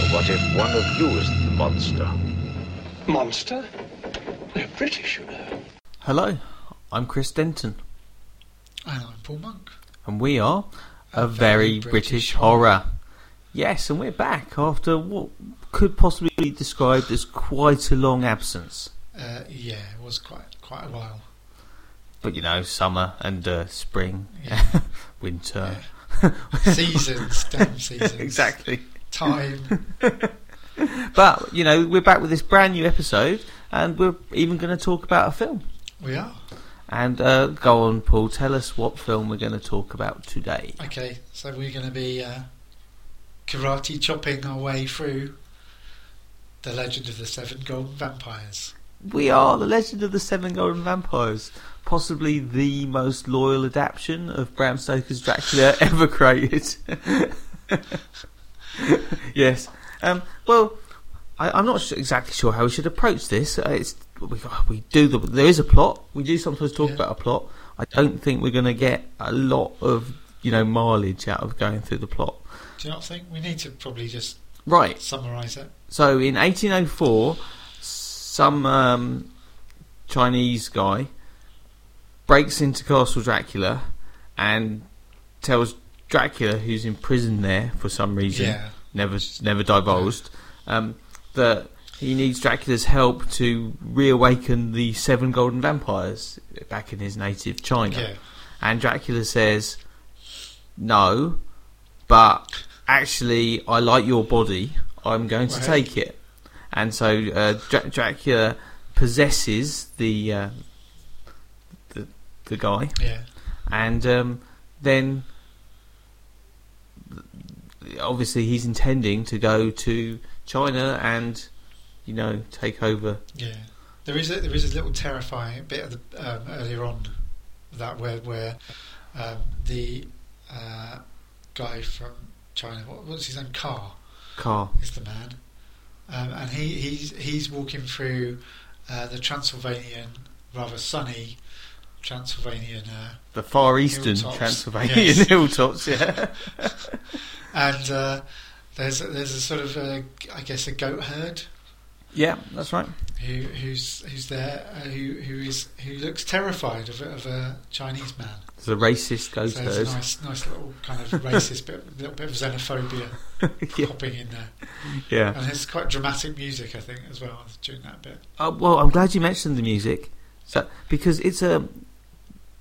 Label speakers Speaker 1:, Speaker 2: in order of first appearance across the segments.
Speaker 1: One of you is the monster.
Speaker 2: Monster? They're British, you know.
Speaker 3: Hello, I'm Chris Denton,
Speaker 4: And I'm Paul Monk.
Speaker 3: and we are a, very, British, horror. Yes, and we're back after what could possibly be described as quite a long absence.
Speaker 4: Uh, yeah, it was quite quite a while.
Speaker 3: But you know, summer and uh, spring, winter.
Speaker 4: Seasons, damn seasons.
Speaker 3: Exactly.
Speaker 4: Time.
Speaker 3: But you know, we're back with this brand new episode, and we're even going to talk about a film.
Speaker 4: We are.
Speaker 3: And uh, go on, Paul. Tell us what film we're going to talk about today.
Speaker 4: Okay, so we're going to be uh, karate chopping our way through The Legend of the Seven Golden Vampires.
Speaker 3: We are the Legend of the Seven Golden Vampires, possibly the most loyal adaptation of Bram Stoker's Dracula ever created. yes. Um, well, I, I'm not su- exactly sure how we should approach this. Uh, it's we, we do the there is a plot. We do sometimes talk
Speaker 4: Yeah.
Speaker 3: about a plot. I don't think we're going to get a lot of you know mileage out of going through the plot.
Speaker 4: Do you not think? We need to probably just
Speaker 3: Right.
Speaker 4: summarise it.
Speaker 3: So in 1804, some um, Chinese guy breaks into Castle Dracula and tells Dracula, who's imprisoned there for some reason,
Speaker 4: Yeah.
Speaker 3: never never divulged, um, that he needs Dracula's help to reawaken the seven golden vampires back in his native China.
Speaker 4: Yeah.
Speaker 3: And Dracula says, No, but actually, I like your body. I'm going to
Speaker 4: Right.
Speaker 3: take it. And so uh, Dra- Dracula possesses the, uh, the the guy,
Speaker 4: Yeah.
Speaker 3: and um, then obviously he's intending to go to China and you know take over.
Speaker 4: Yeah, there is a, there is a little terrifying bit of the, um, earlier on that where where um, the uh, guy from China, what what's his name, Carr
Speaker 3: Car.
Speaker 4: is the man, um, and he he's he's walking through uh, the Transylvanian, rather sunny Transylvanian, uh,
Speaker 3: The Far Eastern
Speaker 4: Hilltops.
Speaker 3: Transylvanian
Speaker 4: Yes.
Speaker 3: hilltops, yeah.
Speaker 4: and uh, there's a, there's a sort of uh, I guess a goat herd
Speaker 3: yeah, that's right.
Speaker 4: who who's who's there uh, who who is who looks terrified of, a- of a Chinese man.
Speaker 3: The racist goat
Speaker 4: So there's a
Speaker 3: herd.
Speaker 4: nice, nice little kind of racist bit, little bit of xenophobia
Speaker 3: yeah.
Speaker 4: popping in there,
Speaker 3: yeah.
Speaker 4: and there's quite dramatic music, I think, as well during that bit.
Speaker 3: Uh, well, I'm glad you mentioned the music, so, because it's um,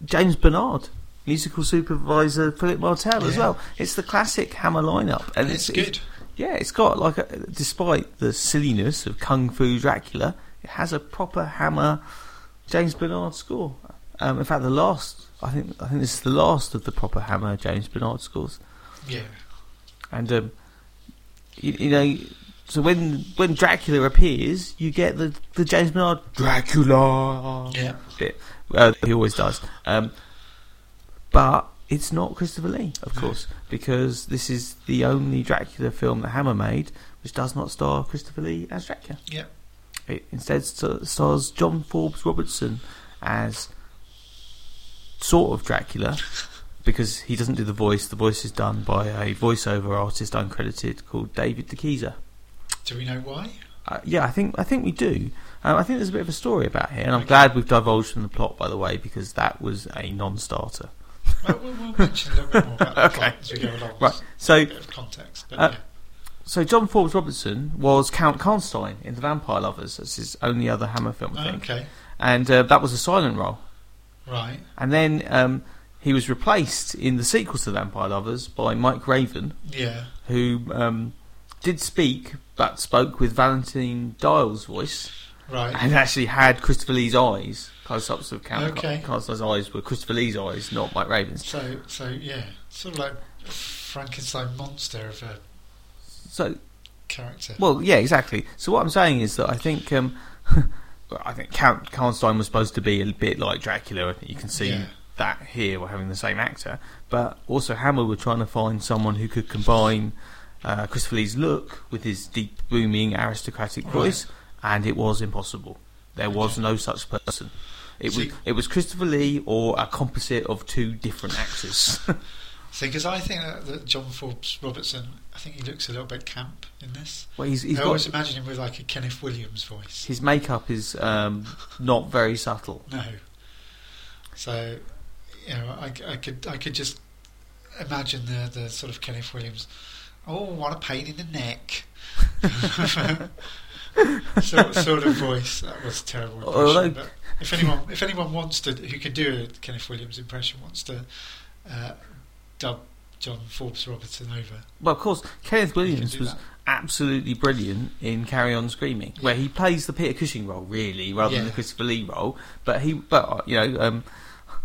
Speaker 3: James Bernard, musical supervisor Philip Martel as
Speaker 4: Yeah.
Speaker 3: well. It's the classic Hammer lineup,
Speaker 4: And it's, good.
Speaker 3: yeah, it's got like, a, despite the silliness of Kung Fu Dracula, it has a proper Hammer James Bernard score. Um, in fact, the last, I think, I think this is the last of the proper Hammer James Bernard scores.
Speaker 4: yeah,
Speaker 3: And um, you, you know, so when when Dracula appears, you get the the James Bernard Dracula
Speaker 4: yeah,
Speaker 3: bit. Uh, he always does. Um, but it's not Christopher Lee, of course, because this is the only Dracula film that Hammer made which does not star Christopher Lee as Dracula.
Speaker 4: yeah.
Speaker 3: It instead st- stars John Forbes Robertson as sort of Dracula because he doesn't do the voice. The voice is done by a voiceover artist uncredited called David DeKeyser.
Speaker 4: Do we know why?
Speaker 3: Uh, yeah, I think I think we do. Um, I think there's a bit of a story about here, and I'm glad we've divulged from the plot, by the way, because that was a non-starter.
Speaker 4: Well, we'll, we'll mention a little bit more about the plot
Speaker 3: Okay.
Speaker 4: as we go along.
Speaker 3: Right. So,
Speaker 4: A bit of context, but
Speaker 3: Uh, so John Forbes Robertson was Count Constantine in The Vampire Lovers. That's his only other Hammer film, I
Speaker 4: yeah.
Speaker 3: think,
Speaker 4: Okay,
Speaker 3: and uh, that was a silent role.
Speaker 4: right.
Speaker 3: And then um, he was replaced in the sequels to Vampire Lovers by Mike Raven,
Speaker 4: Yeah,
Speaker 3: who um, did speak but spoke with Valentine Dial's voice
Speaker 4: right.
Speaker 3: and actually had Christopher Lee's eyes. Close ups of Count
Speaker 4: Okay.
Speaker 3: Constantine's eyes were Christopher Lee's eyes, not Mike Raven's.
Speaker 4: So, so yeah, sort of like Frankenstein monster of a
Speaker 3: So,
Speaker 4: character.
Speaker 3: well, yeah, exactly. So, what I'm saying is that I think. Um, well, I think Count Constantine was supposed to be a bit like Dracula. I think You can see
Speaker 4: Yeah.
Speaker 3: that here. We're having the same actor, but also Hammer were trying to find someone who could combine uh, Christopher Lee's look with his deep, booming, aristocratic
Speaker 4: Right.
Speaker 3: voice, and it was impossible. There was
Speaker 4: Okay.
Speaker 3: no such person. It
Speaker 4: So
Speaker 3: was
Speaker 4: you-
Speaker 3: it was Christopher Lee or a composite of two different actors.
Speaker 4: thing because I think that, that John Forbes Robertson, I think he looks a little bit camp in this.
Speaker 3: Well, he's, he's
Speaker 4: I always
Speaker 3: got
Speaker 4: imagine him with like a Kenneth Williams voice.
Speaker 3: his makeup is um, not very subtle.
Speaker 4: No, so you know, I, I could I could just imagine the the sort of Kenneth Williams. Oh, what a pain in the neck! sort, sort of voice. That was a terrible impression.
Speaker 3: Although-
Speaker 4: but if anyone if anyone wants to who can do a Kenneth Williams impression wants to uh, dub John Forbes Robertson over,
Speaker 3: Well, of course, Kenneth
Speaker 4: you can
Speaker 3: Williams
Speaker 4: do
Speaker 3: was
Speaker 4: that.
Speaker 3: absolutely brilliant in Carry On Screaming, where he plays the Peter Cushing role really, rather than
Speaker 4: Yeah.
Speaker 3: the Christopher Lee role. But he, but uh, you know, um,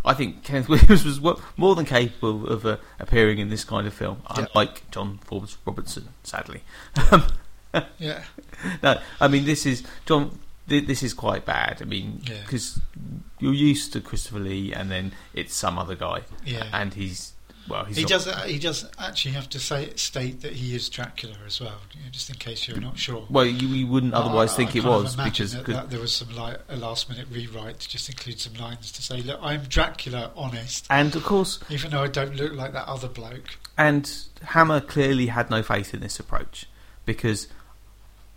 Speaker 3: I think Kenneth Williams was wo- more than capable of uh, appearing in this kind of film,
Speaker 4: Yeah.
Speaker 3: unlike John Forbes Robertson, sadly. Um,
Speaker 4: Yeah,
Speaker 3: No, I mean this is John. thi- This is quite bad. I mean,
Speaker 4: Yeah.
Speaker 3: because you're used to Christopher Lee, and then it's some other guy,
Speaker 4: yeah.
Speaker 3: and he's well, he's
Speaker 4: he
Speaker 3: not-
Speaker 4: does. He does actually have to say state that he is Dracula as well, you know, just in case you're not sure.
Speaker 3: Well, you, you wouldn't otherwise
Speaker 4: Ah, I- I
Speaker 3: think it
Speaker 4: kind of
Speaker 3: was
Speaker 4: imagine
Speaker 3: because
Speaker 4: that,
Speaker 3: 'cause-
Speaker 4: that there was some like a last minute rewrite to just include some lines to say, "Look, I'm Dracula, honest,
Speaker 3: and of course,
Speaker 4: even though I don't look like that other bloke."
Speaker 3: and Hammer clearly had no faith in this approach because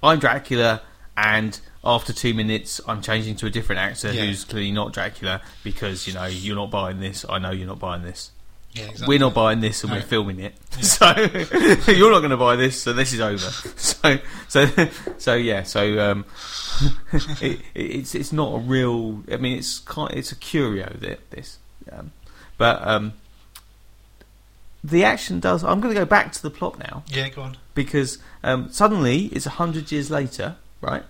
Speaker 3: I'm Dracula, and after two minutes, I'm changing to a different actor
Speaker 4: Yeah.
Speaker 3: who's clearly not Dracula because you know you're not buying this. I know you're not buying this.
Speaker 4: Yeah, exactly.
Speaker 3: We're not buying this, and
Speaker 4: No.
Speaker 3: we're filming it. So you're not going to buy this, so this is over. So so so yeah. So um, it, it's it's not a real. I mean, it's kind. It's a curio. thi- This, um, but um, the action does. I'm going to go back to the plot now
Speaker 4: Yeah, go on.
Speaker 3: because um, suddenly it's a hundred years later, right?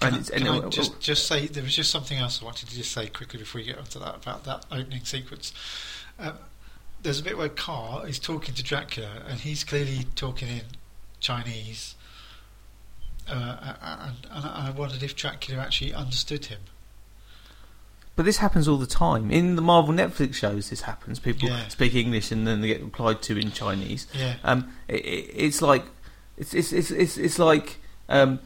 Speaker 4: Can, I-
Speaker 3: it's,
Speaker 4: can I
Speaker 3: it-
Speaker 4: just just say there was just something else I wanted to just say quickly before we get onto that about that opening sequence. Um, there's a bit where Carr is talking to Dracula, and he's clearly talking in Chinese. Uh, and, and I wondered if Dracula actually understood him.
Speaker 3: But this happens all the time in the Marvel Netflix shows. This happens. People
Speaker 4: Yeah.
Speaker 3: speak English and then they get replied to in Chinese.
Speaker 4: Yeah,
Speaker 3: Um, it, it, it's like it's it's it's it's, it's like um,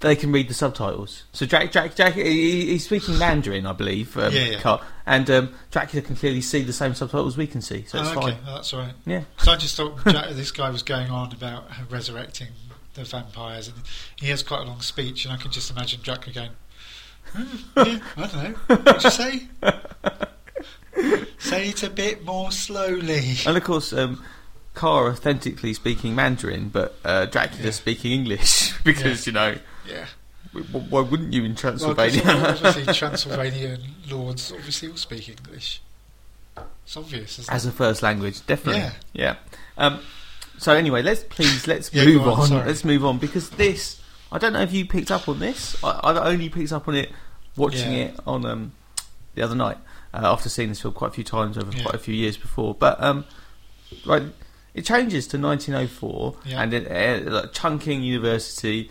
Speaker 3: they can read the subtitles. So Jack Jack Jack he- he, he's speaking Mandarin, I believe. Um,
Speaker 4: Yeah, yeah.
Speaker 3: Carl. and um, Dracula can clearly see the same subtitles we can see, so it's
Speaker 4: Oh, okay,
Speaker 3: fine.
Speaker 4: Oh, that's all right.
Speaker 3: Yeah.
Speaker 4: So I just thought Jack, this guy was going on about resurrecting the vampires, and he has quite a long speech, and I can just imagine Dracula going, "Hmm, yeah, I don't know, what'd you say? say it a bit more slowly.
Speaker 3: And of course, um, Carr authentically speaking Mandarin, but uh, Dracula
Speaker 4: Yeah.
Speaker 3: speaking English because you know
Speaker 4: Yeah.
Speaker 3: w- w- why wouldn't you in
Speaker 4: Well, uh,
Speaker 3: Transylvania?
Speaker 4: 'cause obviously Transylvanian lords obviously all speak English. It's obvious, isn't
Speaker 3: as
Speaker 4: it?
Speaker 3: a first language, definitely.
Speaker 4: Yeah.
Speaker 3: Yeah. Um, so anyway, let's please let's
Speaker 4: Yeah,
Speaker 3: move
Speaker 4: go
Speaker 3: on.
Speaker 4: on, sorry.
Speaker 3: Let's move on because this. I don't know if you picked up on this. I, I only picked up on it watching
Speaker 4: Yeah.
Speaker 3: it on um, the other night uh, after seeing this film quite a few times over
Speaker 4: Yeah.
Speaker 3: quite a few years before. But um, right, it changes to 1904
Speaker 4: Yeah.
Speaker 3: and it, uh, like Chunking University.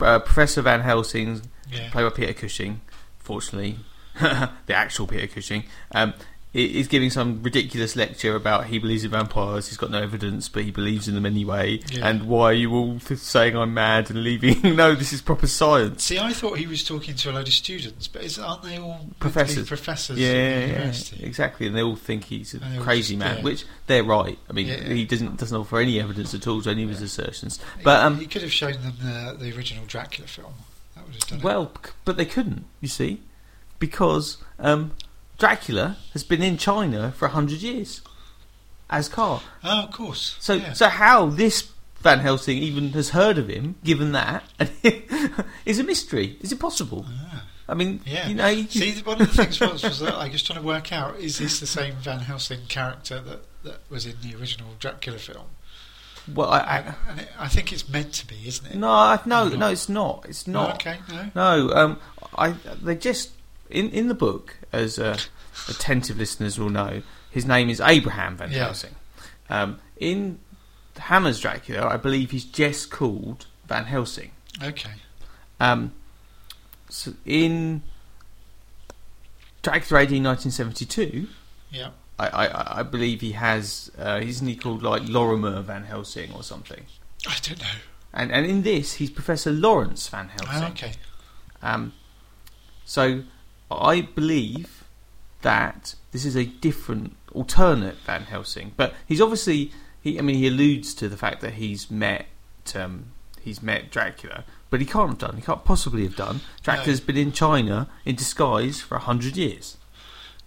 Speaker 3: Uh, Professor Van Helsing's
Speaker 4: Yeah.
Speaker 3: played by Peter Cushing, fortunately, the actual Peter Cushing, um, i- is giving some ridiculous lecture about he believes in vampires, he's got no evidence, but he believes in them anyway,
Speaker 4: Yeah.
Speaker 3: and why are you all th- saying I'm mad and leaving? no, this is proper science.
Speaker 4: See, I thought he was talking to a load of students, but is, aren't they all
Speaker 3: Professors.
Speaker 4: Professors,
Speaker 3: Yeah,
Speaker 4: at
Speaker 3: yeah, yeah,
Speaker 4: university?
Speaker 3: exactly, and they all think he's a
Speaker 4: And they all
Speaker 3: crazy
Speaker 4: just-
Speaker 3: man,
Speaker 4: yeah.
Speaker 3: which they're right. I mean,
Speaker 4: Yeah.
Speaker 3: he doesn't doesn't offer any evidence at all to any of his assertions. But um,
Speaker 4: he could have shown them the, the original Dracula film. That would have done it.
Speaker 3: Well, c- but they couldn't, you see, because um, Dracula has been in China for 100 years as Carr.
Speaker 4: Oh, of course.
Speaker 3: So,
Speaker 4: yeah.
Speaker 3: so how this Van Helsing even has heard of him, given that, is a mystery. Is it possible?
Speaker 4: Ah,
Speaker 3: I mean,
Speaker 4: yeah.
Speaker 3: you know, you
Speaker 4: See, one of the things was was that I was trying to work out is this the same Van Helsing character that, that was in the original Dracula film?
Speaker 3: well, I,
Speaker 4: And,
Speaker 3: I,
Speaker 4: and it, I think it's meant to be, isn't it?
Speaker 3: no, I, no,
Speaker 4: No.
Speaker 3: no, it's not. It's not.
Speaker 4: Okay. No.
Speaker 3: No, um, I they just in in the book, as uh, attentive listeners will know, his name is Abraham Van
Speaker 4: Yeah.
Speaker 3: Helsing. Um, in Hammer's Dracula, I believe he's just called Van Helsing.
Speaker 4: Okay.
Speaker 3: Um, so in Dracula AD 1972,
Speaker 4: Yeah.
Speaker 3: I, I, I believe he has uh, isn't he called like Lorimer Van Helsing or something?
Speaker 4: I don't know.
Speaker 3: And and in this, he's Professor Lawrence Van Helsing.
Speaker 4: Ah, okay.
Speaker 3: Um, so I believe that this is a different alternate Van Helsing, but he's obviously he. I mean, he alludes to the fact that he's met um, he's met Dracula, but he can't have done. He can't possibly have done. Dracula's been in China in disguise for hundred years.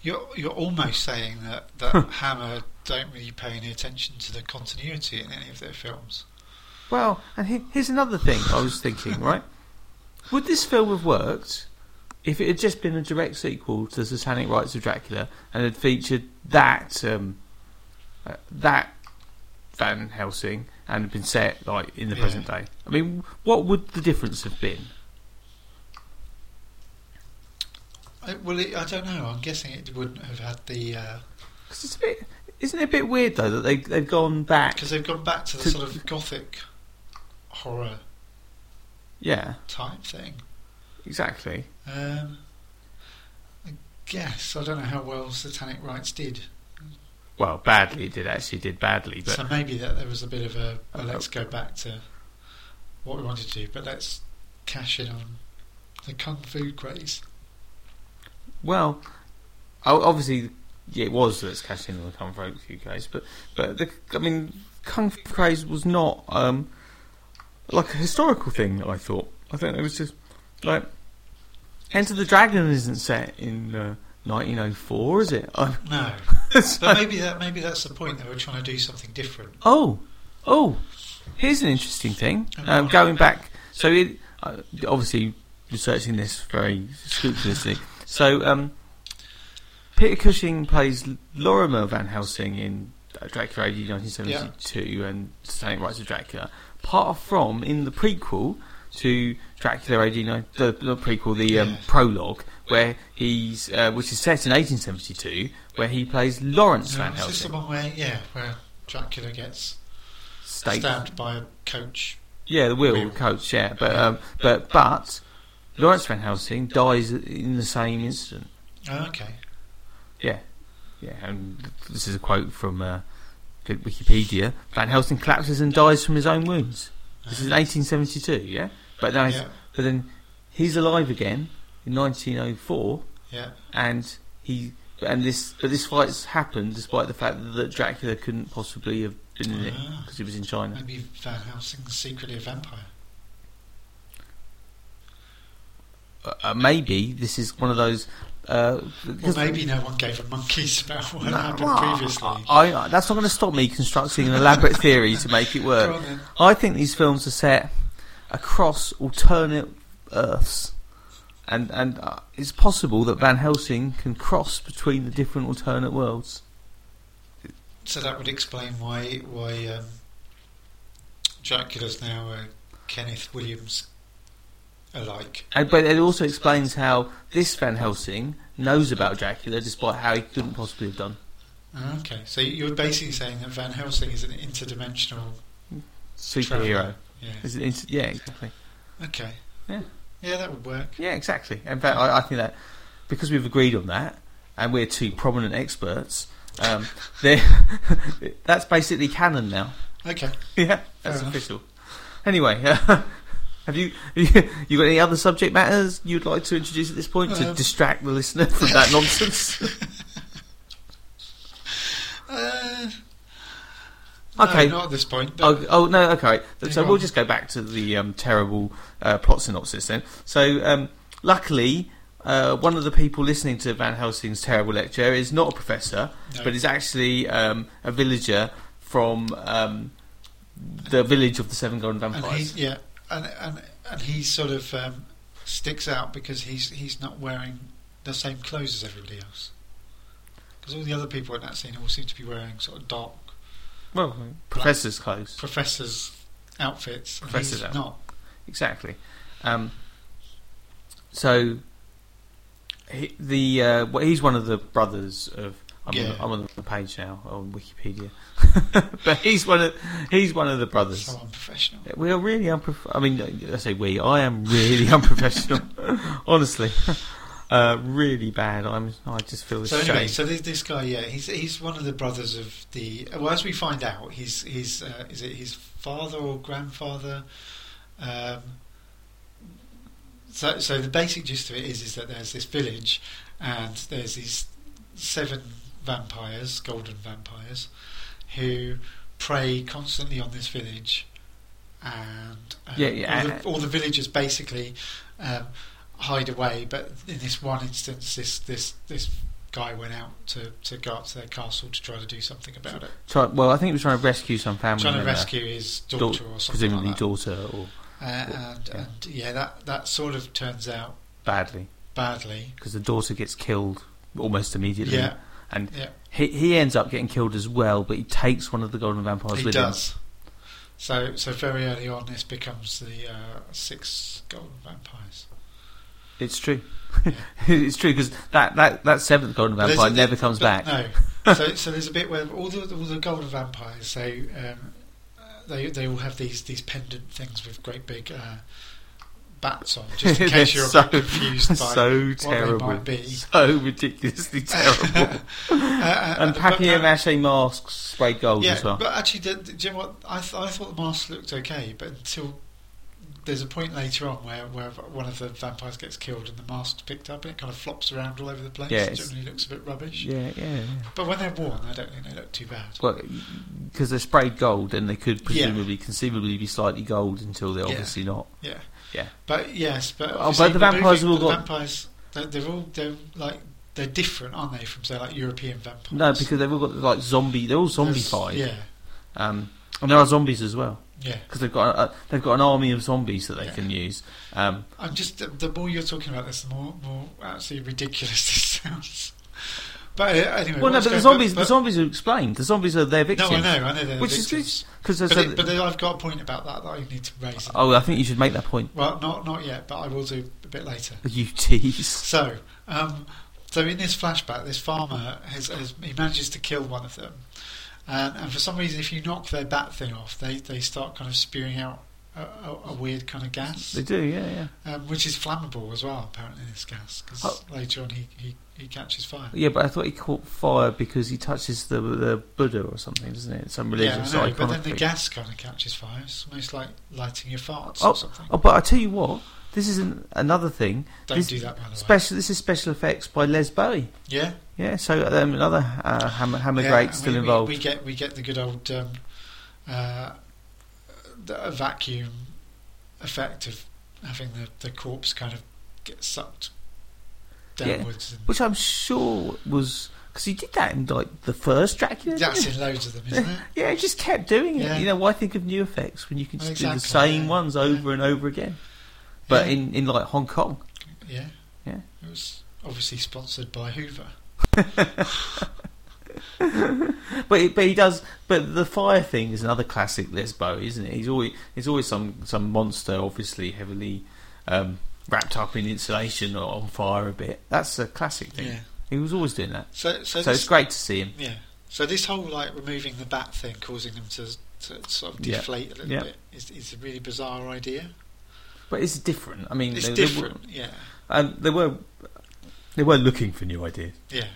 Speaker 4: You're you're almost saying that that Hammer don't really pay any attention to the continuity in any of their films.
Speaker 3: Well, and he, here's another thing I was thinking, right? Would this film have worked if it had just been a direct sequel to The Satanic Rites of Dracula and had featured that um, uh, that Van Helsing and had been set like in the
Speaker 4: Yeah.
Speaker 3: present day? I mean, what would the difference have been?
Speaker 4: I, well, it, I don't know. I'm guessing it wouldn't have had the uh,
Speaker 3: Because it's a bit, isn't it a bit weird though that they they've gone back?
Speaker 4: because they've gone back to the
Speaker 3: To-
Speaker 4: sort of gothic horror
Speaker 3: Yeah,
Speaker 4: type thing.
Speaker 3: exactly.
Speaker 4: Um, I guess I don't know how well Satanic Rites did.
Speaker 3: Well, badly it did actually did badly, but
Speaker 4: so maybe that there was a bit of a well,
Speaker 3: Uh,
Speaker 4: let's go back to what we wanted to do, but let's cash in on the kung fu craze.
Speaker 3: Well, o- obviously, yeah, it was that's cashed in on the Kung Fu craze, but but the, I mean, Kung Fu craze was not um, like a historical thing. I thought. I think it was just like Enter the Dragon isn't set in uh, 1904, is it? Um,
Speaker 4: No,
Speaker 3: it's
Speaker 4: but
Speaker 3: like,
Speaker 4: maybe that maybe that's the point. They were trying to do something different.
Speaker 3: oh, oh, here's an interesting thing. Um, going back, so it, uh, obviously researching this very scrupulously. So um, Peter Cushing plays Lorimer Van Helsing in uh, Dracula AD 1972 and Satanic Rites of Dracula. Apart from in the prequel to Dracula AD 9, the, the prequel, the um,
Speaker 4: Yeah.
Speaker 3: prologue, where he's uh, which is set in 1872, where he plays Lawrence Van
Speaker 4: No, is this the
Speaker 3: Helsing,
Speaker 4: one where yeah, where Dracula gets
Speaker 3: staked
Speaker 4: stabbed by a coach?
Speaker 3: Yeah, the wheel
Speaker 4: Wheel.
Speaker 3: coach. Yeah, but um, but but Lawrence Van Helsing dies in the same incident.
Speaker 4: Oh, okay.
Speaker 3: Yeah, yeah. And this is a quote from uh, good Wikipedia. Van Helsing collapses and dies from his own wounds. This is 1872. Yeah, but now, he's
Speaker 4: Yeah.
Speaker 3: but then he's alive again in 1904,
Speaker 4: Yeah.
Speaker 3: and he and this but this fight's happened despite the fact that Dracula couldn't possibly have been in it
Speaker 4: Ah.
Speaker 3: because he was in China.
Speaker 4: Maybe Van Helsing's secretly a vampire.
Speaker 3: Uh, uh, maybe this is one of those. Uh,
Speaker 4: Or
Speaker 3: because-
Speaker 4: maybe no one gave a monkey's about what
Speaker 3: No,
Speaker 4: happened
Speaker 3: well,
Speaker 4: previously.
Speaker 3: I, I- that's not going to stop me constructing an elaborate theory to make it
Speaker 4: Go
Speaker 3: work.
Speaker 4: on then.
Speaker 3: I think these films are set across alternate Earths, and and uh, it's possible that Van Helsing can cross between the different alternate worlds.
Speaker 4: So that would explain why why um, Dracula's now uh, Kenneth Williams alike.
Speaker 3: And, but it also explains how this Van Helsing knows about Dracula, despite how he couldn't possibly have done. Mm-hmm.
Speaker 4: Ah, Okay, so you're basically saying that Van Helsing is an interdimensional
Speaker 3: Superhero.
Speaker 4: traveller. Yeah.
Speaker 3: Is it, it's- yeah, exactly.
Speaker 4: Okay.
Speaker 3: Yeah.
Speaker 4: Yeah, that would work.
Speaker 3: Yeah, exactly. In fact, I, I think that because we've agreed on that, and we're two prominent experts, um, there- that's basically canon now.
Speaker 4: Okay.
Speaker 3: Yeah, that's
Speaker 4: enough.
Speaker 3: official. Anyway, uh, have you you got any other subject matters you'd like to introduce at this point to
Speaker 4: Um,
Speaker 3: distract the listener from that nonsense?
Speaker 4: Uh,
Speaker 3: Okay.
Speaker 4: No, not at this point. But
Speaker 3: oh, oh no, okay. So
Speaker 4: Yeah, go
Speaker 3: we'll
Speaker 4: on.
Speaker 3: just go back to the um, terrible uh, plot synopsis then. So um, luckily. Uh, one of the people listening to Van Helsing's terrible lecture is not a professor,
Speaker 4: no.
Speaker 3: Uh, but it's actually um, a villager from um, the village of the Seven Golden
Speaker 4: and
Speaker 3: Vampires.
Speaker 4: he's yeah, and and and he sort of um, sticks out because he's he's not wearing the same clothes as everybody else. Because all the other people in that scene all seem to be wearing sort of dark
Speaker 3: Well, Professor's clothes,
Speaker 4: professors' outfits. and
Speaker 3: Professor's
Speaker 4: he's
Speaker 3: outfit.
Speaker 4: not.
Speaker 3: exactly. Um, so he, the uh, well, he's one of the brothers of. I'm, on
Speaker 4: Yeah.
Speaker 3: the, I'm on the page now on Wikipedia, but he's one of he's one of the brothers.
Speaker 4: So unprofessional.
Speaker 3: We are really unprofessional. I mean, I say we. I am really unprofessional. Honestly, uh, really bad. I'm. I just feel
Speaker 4: So anyway,
Speaker 3: ashamed.
Speaker 4: so this, this guy, yeah, he's he's one of the brothers of the. Well, as we find out, he's he's uh, is it his father or grandfather? Um, so so the basic gist of it is is that there's this village, and there's these seven vampires, golden vampires, who prey constantly on this village, and um,
Speaker 3: Yeah, yeah, uh,
Speaker 4: all,
Speaker 3: and-
Speaker 4: the, all the villagers basically um, hide away. But in this one instance, this this this guy went out to, to go up to their castle to try to do something about it,
Speaker 3: Try, well, I think he was trying to rescue some family
Speaker 4: trying to
Speaker 3: member.
Speaker 4: rescue his
Speaker 3: Dau-
Speaker 4: daughter or something.
Speaker 3: presumably
Speaker 4: like that.
Speaker 3: daughter or
Speaker 4: Uh, and,
Speaker 3: yeah.
Speaker 4: and yeah, that that sort of turns out
Speaker 3: badly
Speaker 4: badly.
Speaker 3: because the daughter gets killed almost immediately.
Speaker 4: Yeah.
Speaker 3: And
Speaker 4: Yeah.
Speaker 3: he he ends up getting killed as well, but he takes one of the golden vampires
Speaker 4: He
Speaker 3: with him.
Speaker 4: does. So, so very early on, this becomes the uh, six golden vampires.
Speaker 3: It's true. it's true because that, that, that seventh golden
Speaker 4: But there's-
Speaker 3: vampire never comes
Speaker 4: but
Speaker 3: back.
Speaker 4: No. so, so there's a bit where all the all the golden vampires. So, um, uh, they they all have these these pendant things with great big uh, bats on, just in
Speaker 3: They're
Speaker 4: case you're a
Speaker 3: so,
Speaker 4: bit confused by
Speaker 3: so
Speaker 4: they
Speaker 3: terrible,
Speaker 4: might be.
Speaker 3: so ridiculously terrible,
Speaker 4: uh, uh,
Speaker 3: and
Speaker 4: but-
Speaker 3: papier
Speaker 4: but-
Speaker 3: mâché masks sprayed gold
Speaker 4: yeah,
Speaker 3: as well.
Speaker 4: But actually, the, the- do you know what? I, th- I thought the mask looked okay, but until there's a point later on where, where one of the vampires gets killed and the mask's picked up and it kind of flops around all over the place.
Speaker 3: Yeah,
Speaker 4: it
Speaker 3: it's-
Speaker 4: generally looks a bit rubbish.
Speaker 3: yeah, yeah, yeah.
Speaker 4: But when they're worn, I don't think they look too bad.
Speaker 3: Well, because they're sprayed gold, and they could
Speaker 4: Yeah.
Speaker 3: presumably, conceivably, be slightly gold until they're
Speaker 4: Yeah.
Speaker 3: obviously not.
Speaker 4: Yeah.
Speaker 3: Yeah.
Speaker 4: But yes, but
Speaker 3: Oh,
Speaker 4: obviously
Speaker 3: but the vampires have all
Speaker 4: moving- the
Speaker 3: got-
Speaker 4: vampires. They're, they're all they're like they're different, aren't they, from say like European vampires?
Speaker 3: No, because they've all got like zombie. They're all
Speaker 4: There's-
Speaker 3: zombified.
Speaker 4: Yeah.
Speaker 3: Um, and there are zombies as well
Speaker 4: Yeah.
Speaker 3: because they've got a, they've got an army of zombies that they
Speaker 4: Yeah.
Speaker 3: can use. Um,
Speaker 4: I'm just the, the more you're talking about this, the more more absolutely ridiculous this sounds. But uh, anyway,
Speaker 3: well, no,
Speaker 4: what's
Speaker 3: but the
Speaker 4: going-
Speaker 3: zombies the
Speaker 4: but-
Speaker 3: zombies are explained. The zombies are their
Speaker 4: No,
Speaker 3: victims.
Speaker 4: I know, I know they're the
Speaker 3: Which is
Speaker 4: victims.
Speaker 3: Because
Speaker 4: But, it- but I've got a point about that that I need to raise.
Speaker 3: oh, I think you should make that point.
Speaker 4: Well, not not yet, but I will do a bit later.
Speaker 3: You tease.
Speaker 4: So, um, so in this flashback, this farmer has, has he manages to kill one of them, and, and for some reason, if you knock their bat thing off, they they start kind of spewing out a, a, a weird kind of gas.
Speaker 3: They do, yeah, yeah,
Speaker 4: um, which is flammable as well. Apparently, this gas because
Speaker 3: Oh.
Speaker 4: later on he, he, he catches fire.
Speaker 3: yeah. But I thought he caught fire because he touches the the Buddha or something, doesn't it? Some religious
Speaker 4: yeah, I know,
Speaker 3: icon.
Speaker 4: but then
Speaker 3: of
Speaker 4: the
Speaker 3: it.
Speaker 4: gas kind of catches fire. It's almost like lighting your farts
Speaker 3: Oh,
Speaker 4: or something.
Speaker 3: oh, but I tell you what, this is an, another thing.
Speaker 4: Don't
Speaker 3: this,
Speaker 4: do that, by the way.
Speaker 3: Special. This is special effects by Les Bowie.
Speaker 4: yeah,
Speaker 3: Yeah, so um, another uh, hammer, hammer
Speaker 4: yeah,
Speaker 3: great
Speaker 4: and
Speaker 3: still
Speaker 4: we, we-
Speaker 3: involved.
Speaker 4: We, get we get the good old um, uh, the, a vacuum effect of having the, the corpse kind of get sucked
Speaker 3: Yeah.
Speaker 4: downwards. and-
Speaker 3: which I'm sure was because he did that in like the first Dracula. didn't
Speaker 4: that's
Speaker 3: he?
Speaker 4: in loads of them, isn't it?
Speaker 3: Yeah, he just kept doing it.
Speaker 4: Yeah.
Speaker 3: You know, why think of new effects when you can
Speaker 4: Well,
Speaker 3: just do the
Speaker 4: exactly,
Speaker 3: same
Speaker 4: yeah.
Speaker 3: ones over and over again? But
Speaker 4: Yeah.
Speaker 3: in, in like Hong Kong,
Speaker 4: Yeah.
Speaker 3: Yeah.
Speaker 4: It was obviously sponsored by Hoover.
Speaker 3: but it, but he does. But the fire thing is another classic Les Bowie, isn't it? He's always he's always some some monster, obviously heavily um, wrapped up in insulation or on fire a bit. That's a classic thing. He was always doing that.
Speaker 4: So so,
Speaker 3: So
Speaker 4: this,
Speaker 3: it's great to see him.
Speaker 4: yeah. So this whole like removing the bat thing, causing them to, to sort of
Speaker 3: Yeah.
Speaker 4: deflate a little
Speaker 3: Yeah.
Speaker 4: bit, is, is a really bizarre idea.
Speaker 3: But it's different. I mean,
Speaker 4: It's
Speaker 3: they- they were-
Speaker 4: different, yeah,
Speaker 3: Um, they were they were looking for new ideas.
Speaker 4: yeah,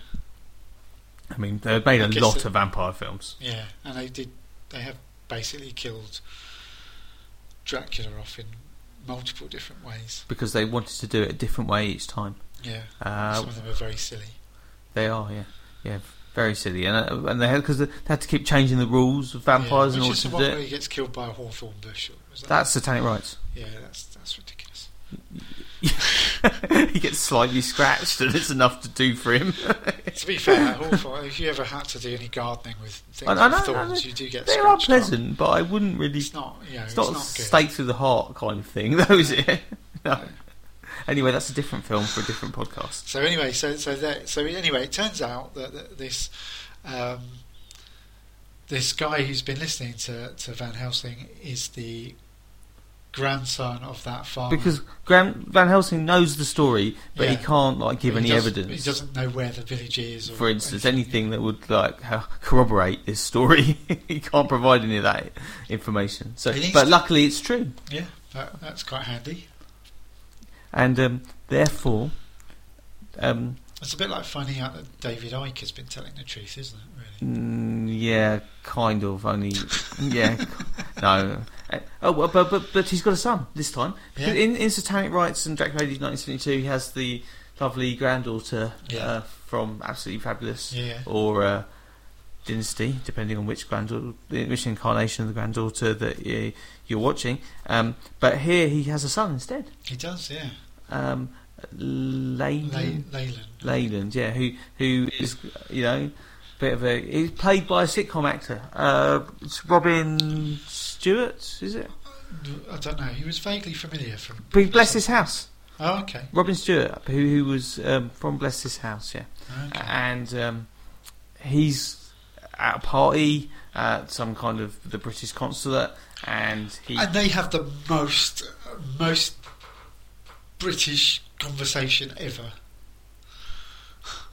Speaker 3: I mean, they had made
Speaker 4: I
Speaker 3: a
Speaker 4: guess
Speaker 3: lot
Speaker 4: it-
Speaker 3: of vampire films.
Speaker 4: yeah. And they did. They have basically killed Dracula off in multiple different ways.
Speaker 3: Because they wanted to do it a different way each time.
Speaker 4: Yeah,
Speaker 3: Uh,
Speaker 4: some of them are very silly.
Speaker 3: they are, yeah, yeah, very silly, and uh, and they had because they had to keep changing the rules of vampires
Speaker 4: yeah,
Speaker 3: in
Speaker 4: which
Speaker 3: order
Speaker 4: is
Speaker 3: to
Speaker 4: the
Speaker 3: do
Speaker 4: one where
Speaker 3: it.
Speaker 4: he gets killed by a hawthorn bush. or- Was that
Speaker 3: That's satanic rights.
Speaker 4: yeah, that's that's ridiculous.
Speaker 3: he gets slightly scratched, and it's enough to do for him.
Speaker 4: to be fair, that hawthorn. If you ever had to do any gardening with things
Speaker 3: I- I
Speaker 4: with
Speaker 3: know, I know.
Speaker 4: thorns, you do get
Speaker 3: they are
Speaker 4: scratched up.
Speaker 3: pleasant, but I wouldn't really.
Speaker 4: It's not, you know,
Speaker 3: It's
Speaker 4: it's
Speaker 3: not,
Speaker 4: not, good.
Speaker 3: stake through the heart kind of thing, though, is it? no. Anyway, that's a different film for a different podcast.
Speaker 4: So anyway, so so that so anyway, it turns out that, that this um, this guy who's been listening to, to Van Helsing is the grandson of that farmer.
Speaker 3: Because Graham, Van Helsing knows the story, but he
Speaker 4: Yeah.
Speaker 3: can't like give
Speaker 4: He
Speaker 3: any
Speaker 4: doesn't-
Speaker 3: evidence.
Speaker 4: He doesn't know where the village is. Or
Speaker 3: for instance, anything that would like ha- corroborate this story, he can't provide any of that information. So,
Speaker 4: It is-
Speaker 3: but luckily, it's true,
Speaker 4: Yeah, that, that's quite handy.
Speaker 3: and um, therefore, um,
Speaker 4: It's a bit like finding out that David Icke has been telling the truth, isn't it? Really.
Speaker 3: mm, yeah, kind of. Only, yeah, no. Uh, Oh, well, but but but he's got a son this time.
Speaker 4: Yeah.
Speaker 3: In, in Satanic Rites and Dracula 1972, he has the lovely granddaughter
Speaker 4: Yeah.
Speaker 3: uh, from Absolutely Fabulous
Speaker 4: Yeah.
Speaker 3: or uh, Dynasty, depending on which granddaughter, which incarnation of the granddaughter that you, you're watching. Um, but here he has a son instead,
Speaker 4: He does, yeah.
Speaker 3: um, Leyland,
Speaker 4: Ley- Leyland.
Speaker 3: Leyland, yeah, who who is you know. Bit of a. He's played by a sitcom actor. Uh, it's Robin Stewart, is it?
Speaker 4: I don't know. He was vaguely familiar from.
Speaker 3: But Bless His House.
Speaker 4: Oh, okay.
Speaker 3: Robin Stewart, who who was um, from Bless His House, yeah,
Speaker 4: okay.
Speaker 3: and um, he's at a party at some kind of the British consulate, and he
Speaker 4: And they have the most, most British conversation ever.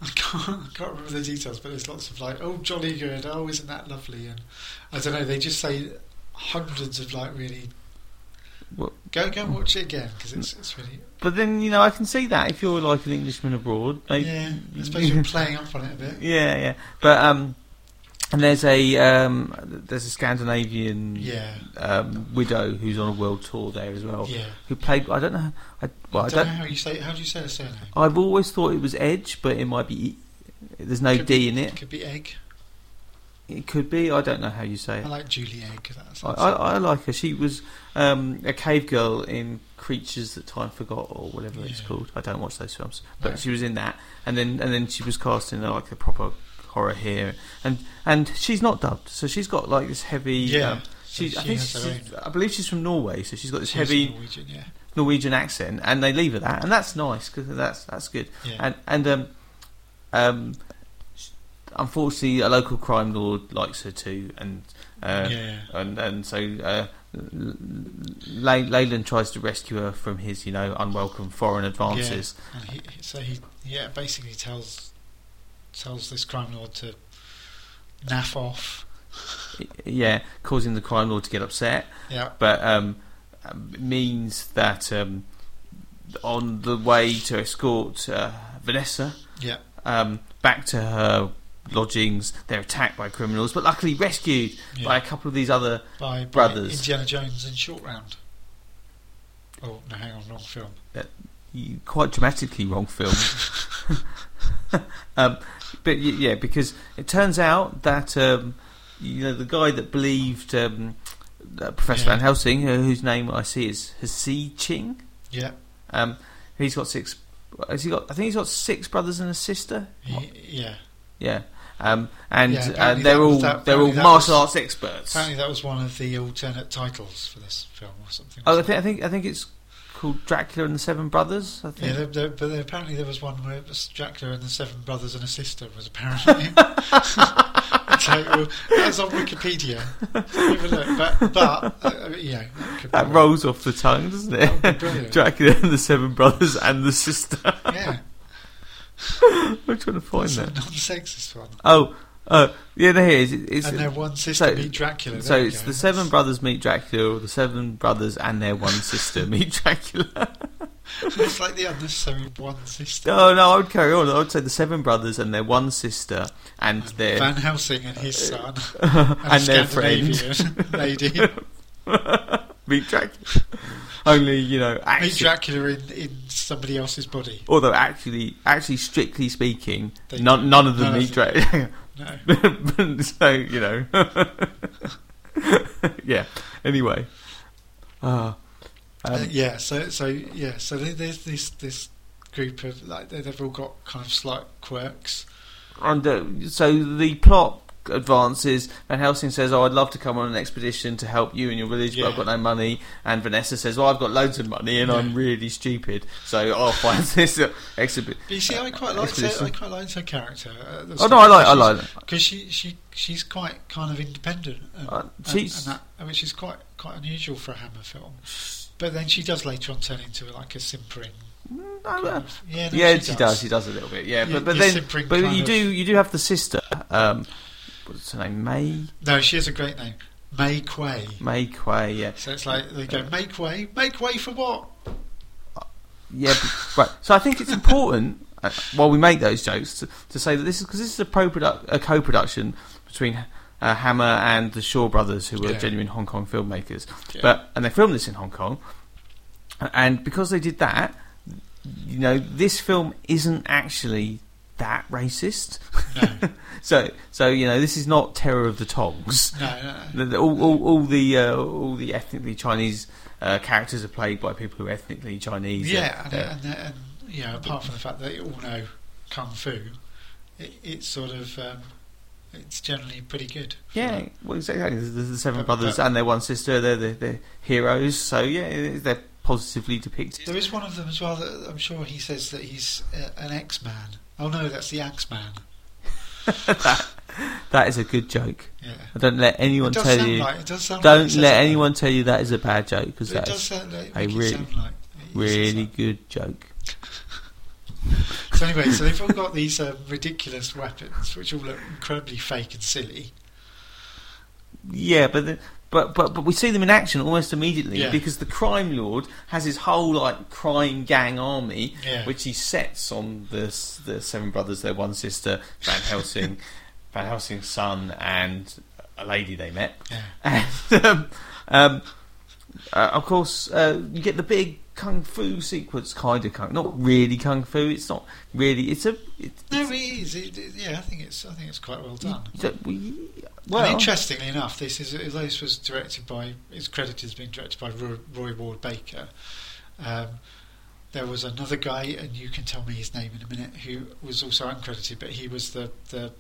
Speaker 4: I can't, I can't remember the details, but there's lots of like, oh, jolly good, oh, isn't that lovely? And I don't know, they just say hundreds of like really.
Speaker 3: What-
Speaker 4: Go go and watch it again because it's, it's really.
Speaker 3: but then you know I can see that if you're like an Englishman abroad, like,
Speaker 4: Yeah, I suppose you're playing up on it a bit.
Speaker 3: yeah, yeah, but um, and there's a um, there's a Scandinavian
Speaker 4: Yeah,
Speaker 3: um, widow who's on a world tour there as well,
Speaker 4: yeah.
Speaker 3: who played I don't know I Oh, well I
Speaker 4: don't
Speaker 3: don't
Speaker 4: know how you say. How do you say the surname?
Speaker 3: I've always thought it was Edge, but it might be. E- There's no
Speaker 4: Could
Speaker 3: D
Speaker 4: be-
Speaker 3: in it.
Speaker 4: Could be egg.
Speaker 3: It could be. I don't know how you say
Speaker 4: I
Speaker 3: it.
Speaker 4: like Julie egg. 'cause That's,
Speaker 3: I,
Speaker 4: that's
Speaker 3: I, I like her. She was um, a cave girl in Creatures That Time Forgot or whatever it's
Speaker 4: Yeah.
Speaker 3: called. I don't watch those films, but
Speaker 4: No.
Speaker 3: she was in that, and then and then she was cast in uh, like a proper horror here, and and she's not dubbed, so she's got like this heavy.
Speaker 4: yeah.
Speaker 3: um,
Speaker 4: so
Speaker 3: she, I think
Speaker 4: has her own.
Speaker 3: she's, I believe she's from Norway, so she's got this
Speaker 4: She's
Speaker 3: heavy
Speaker 4: Norwegian, yeah.
Speaker 3: Norwegian accent, and they leave her that, and that's nice because that's that's good.
Speaker 4: yeah.
Speaker 3: and and um, um, sh- unfortunately, a local crime lord likes her too, and uh,
Speaker 4: yeah.
Speaker 3: and and so uh, L- Ley- Leyland tries to rescue her from his, you know, unwelcome foreign advances.
Speaker 4: And he, so he, yeah, basically tells tells this crime lord to naff off.
Speaker 3: Y- Yeah, causing the crime lord to get upset,
Speaker 4: Yeah,
Speaker 3: but um, um, means that um, on the way to escort uh, Vanessa
Speaker 4: yeah,
Speaker 3: um, back to her lodgings, they're attacked by criminals, but luckily rescued
Speaker 4: yeah.
Speaker 3: by a couple of these other
Speaker 4: by, by
Speaker 3: brothers.
Speaker 4: Indiana Jones in Short Round. Oh no, hang on, wrong film.
Speaker 3: you- quite dramatically wrong film. um, but y- yeah, because it turns out that um, you know the guy that believed um, uh, Professor
Speaker 4: Yeah.
Speaker 3: Van Helsing, uh, whose name I see is Hsi Ching.
Speaker 4: Yeah,
Speaker 3: Um, he's got six. Has he got? I think he's got six brothers and a sister.
Speaker 4: he, yeah.
Speaker 3: Yeah. Um, and
Speaker 4: Yeah,
Speaker 3: uh,
Speaker 4: apparently
Speaker 3: they're
Speaker 4: that was
Speaker 3: all
Speaker 4: that-
Speaker 3: they're all
Speaker 4: apparently that
Speaker 3: martial
Speaker 4: was-
Speaker 3: arts experts.
Speaker 4: Apparently, that was one of the alternate titles for this film or something.
Speaker 3: Oh, I
Speaker 4: wasn't
Speaker 3: think I think I think it's called Dracula and the Seven Brothers. I
Speaker 4: it? Yeah,
Speaker 3: think.
Speaker 4: there, there, but there, apparently there was one where it was Dracula and the Seven Brothers and a Sister was apparently. so, well, that's on Wikipedia. Have a look. But, but uh, yeah, Oh, that could be
Speaker 3: That
Speaker 4: wrong.
Speaker 3: rolls off the tongue, doesn't it?
Speaker 4: That would be brilliant.
Speaker 3: Dracula and the Seven Brothers and the Sister.
Speaker 4: Yeah,
Speaker 3: We're trying to find
Speaker 4: it's a
Speaker 3: that.
Speaker 4: non-sexist one.
Speaker 3: Oh, uh, yeah, there it is. It- It's,
Speaker 4: and their one sister
Speaker 3: so-
Speaker 4: meet Dracula.
Speaker 3: so
Speaker 4: there we
Speaker 3: it's
Speaker 4: go.
Speaker 3: the Seven Brothers meet Dracula, or the Seven Brothers and their one sister meet Dracula.
Speaker 4: It's like the unnecessary one sister.
Speaker 3: Oh no, I would carry on. I would say the Seven Brothers and their one sister and
Speaker 4: And
Speaker 3: their
Speaker 4: Van Helsing and his son
Speaker 3: and,
Speaker 4: and, a
Speaker 3: their friend
Speaker 4: Scandinavian lady
Speaker 3: meet Dracula. Only you know,
Speaker 4: meet
Speaker 3: actually,
Speaker 4: Dracula in, in somebody else's body.
Speaker 3: although actually, actually, strictly speaking,
Speaker 4: They-
Speaker 3: none, none of them
Speaker 4: none of
Speaker 3: meet
Speaker 4: them.
Speaker 3: Dracula.
Speaker 4: No,
Speaker 3: so you know, yeah. Anyway, uh,
Speaker 4: Uh,
Speaker 3: um,
Speaker 4: yeah. So so yeah. So there- there's this this group of like they- they've all got kind of slight quirks.
Speaker 3: and, uh, so the plot advances. Van Helsing says, "Oh, I'd love to come on an expedition to help you and your village, but I've
Speaker 4: Yeah.
Speaker 3: got no money." And Vanessa says, "Well, I've got loads of money, and I'm
Speaker 4: Yeah.
Speaker 3: really stupid, so I'll find this exhibit."
Speaker 4: But you see, I quite liked her. I
Speaker 3: Expedition.
Speaker 4: quite liked her character. at the
Speaker 3: Oh no, I
Speaker 4: start.
Speaker 3: like, I
Speaker 4: She's-
Speaker 3: like.
Speaker 4: because she, she she's quite kind of independent. And,
Speaker 3: Uh,
Speaker 4: and-
Speaker 3: she's-
Speaker 4: and that, which is quite quite unusual for a Hammer film. But then she does later on turn into like a simpering.
Speaker 3: I
Speaker 4: kind
Speaker 3: like-
Speaker 4: of- yeah, no,
Speaker 3: Yeah, she, does. She does a little bit. Yeah,
Speaker 4: You-
Speaker 3: but but
Speaker 4: you're
Speaker 3: then,
Speaker 4: simpering
Speaker 3: but
Speaker 4: kind
Speaker 3: you
Speaker 4: of-
Speaker 3: do you do have the sister. Um, what's her name? May
Speaker 4: No, she has a great name, May Quay.
Speaker 3: May Quay. Yeah,
Speaker 4: So it's like they go, make way, make way for what?
Speaker 3: Yeah, but, right. So I think it's important uh, while we make those jokes to, to say that this is because this is a pro product a co-production between uh, Hammer and the Shaw brothers, who were
Speaker 4: Yeah.
Speaker 3: genuine Hong Kong filmmakers.
Speaker 4: Yeah.
Speaker 3: But and they filmed this in Hong Kong, and because they did that, you know, this film isn't actually that racist.
Speaker 4: No.
Speaker 3: so, so you know, this is not Terror of the Tongs.
Speaker 4: No, no, no.
Speaker 3: The, the, all, all, all the uh, all the ethnically Chinese uh, characters are played by people who are ethnically Chinese.
Speaker 4: Yeah, and,
Speaker 3: They're-
Speaker 4: and, and, you know, apart from the fact that they all know kung fu, it, it's sort of um, it's generally pretty good.
Speaker 3: Yeah, well, exactly. The, the the seven
Speaker 4: But-
Speaker 3: brothers
Speaker 4: but-
Speaker 3: and their one sister, they're the, the heroes. So yeah, they're positively depicted.
Speaker 4: There is one of them as well that I'm sure he says that he's uh, an X-Man. Oh no, that's the Axe-Man.
Speaker 3: That is a good joke.
Speaker 4: Yeah.
Speaker 3: I don't let anyone
Speaker 4: it does
Speaker 3: tell
Speaker 4: sound
Speaker 3: you.
Speaker 4: like it does sound like he
Speaker 3: don't
Speaker 4: says
Speaker 3: let
Speaker 4: it.
Speaker 3: anyone tell you that is a bad joke because
Speaker 4: It does
Speaker 3: that's
Speaker 4: sound like,
Speaker 3: a
Speaker 4: make it
Speaker 3: really-
Speaker 4: sound like he says
Speaker 3: really
Speaker 4: that.
Speaker 3: good joke.
Speaker 4: So anyway, so they've all got these um, ridiculous weapons, which all look incredibly fake and silly.
Speaker 3: Yeah, but the, but but but we see them in action almost immediately
Speaker 4: Yeah.
Speaker 3: because the crime lord has his whole like crime gang army,
Speaker 4: Yeah.
Speaker 3: which he sets on the s- the seven brothers, their one sister, Van Helsing, Van Helsing's son, and a lady they met.
Speaker 4: Yeah.
Speaker 3: And um, um, uh, of course, uh, you get the big kung fu sequence, kind of kung, not really kung fu. It's not really. It's a it,
Speaker 4: No, it is. It, it- yeah, I think it's. I think it's quite well
Speaker 3: you
Speaker 4: done.
Speaker 3: don't- we-
Speaker 4: Well,
Speaker 3: well,
Speaker 4: interestingly enough, this is this was directed by it's credited as being directed by Roy, Roy Ward Baker. Um, there was another guy, and you can tell me his name in a minute, who was also uncredited, but he was the the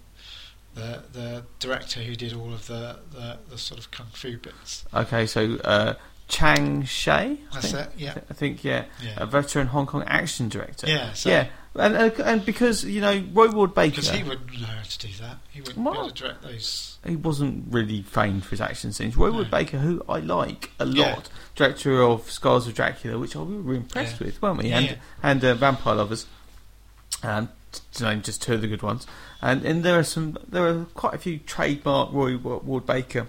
Speaker 4: the, the director who did all of the, the, the sort of kung fu bits.
Speaker 3: okay. So uh, Chang Shay, I
Speaker 4: That's
Speaker 3: think,
Speaker 4: it. Yeah,
Speaker 3: I think, yeah, a
Speaker 4: yeah,
Speaker 3: veteran Hong Kong action director.
Speaker 4: yeah. So,
Speaker 3: yeah, and uh, and because you know Roy Ward Baker,
Speaker 4: Because he wouldn't know how to do that. He wouldn't be able
Speaker 3: What?
Speaker 4: to direct those.
Speaker 3: he wasn't really famed for his action scenes. Roy Wood
Speaker 4: No.
Speaker 3: Baker, who I like a lot,
Speaker 4: Yeah.
Speaker 3: director of Scars of Dracula, which I we were impressed with, weren't we?
Speaker 4: Yeah,
Speaker 3: And
Speaker 4: yeah.
Speaker 3: and uh, Vampire Lovers, um, t- to name just two of the good ones. And and there are some, there are quite a few trademark Roy Wa- Ward Baker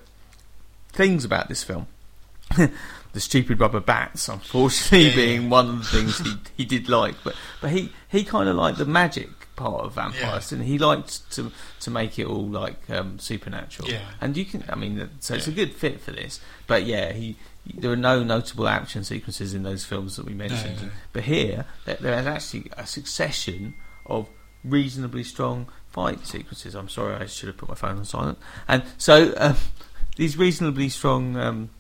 Speaker 3: things about this film. the stupid rubber bats, unfortunately,
Speaker 4: Yeah, yeah.
Speaker 3: being one of the things he, he did like, but but he, he kind of liked the magic part of vampires,
Speaker 4: Yeah.
Speaker 3: didn't he? He liked to to make it all like um, supernatural.
Speaker 4: Yeah.
Speaker 3: And you can, I mean, that- so it's a
Speaker 4: Yeah.
Speaker 3: good fit for this. But yeah, he there are no notable action sequences in those films that we mentioned.
Speaker 4: no.
Speaker 3: But here, there there is actually a succession of reasonably strong fight sequences. I'm sorry, I should have put my phone on silent. And so um, these reasonably strong um,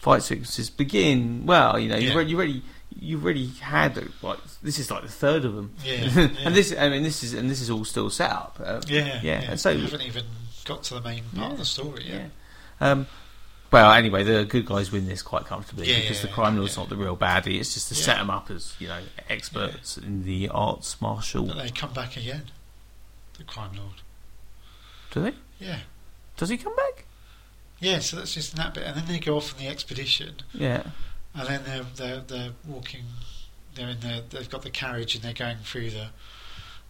Speaker 3: fight sequences begin. Well, you know, you've
Speaker 4: Yeah.
Speaker 3: already, you already you've already had uh, like this is like the third of them.
Speaker 4: Yeah, yeah.
Speaker 3: and this, I mean, this is and this is all still set up. Uh,
Speaker 4: Yeah,
Speaker 3: yeah. And so
Speaker 4: you haven't even got to the main part
Speaker 3: Yeah.
Speaker 4: of the story yet.
Speaker 3: yeah. Um, well, anyway, the good guys win this quite comfortably
Speaker 4: Yeah,
Speaker 3: because
Speaker 4: yeah,
Speaker 3: the
Speaker 4: yeah,
Speaker 3: crime lord's
Speaker 4: yeah.
Speaker 3: not the real baddie. It's just to set
Speaker 4: Yeah.
Speaker 3: 'em set them up as you know experts in the arts martial.
Speaker 4: But they come back again. The crime lord.
Speaker 3: Do they?
Speaker 4: Yeah.
Speaker 3: Does he come back?
Speaker 4: Yeah, so that's just in that bit. And then they go off on the expedition
Speaker 3: Yeah.
Speaker 4: and then they're they're they're walking they're in their they've got the carriage and they're going through the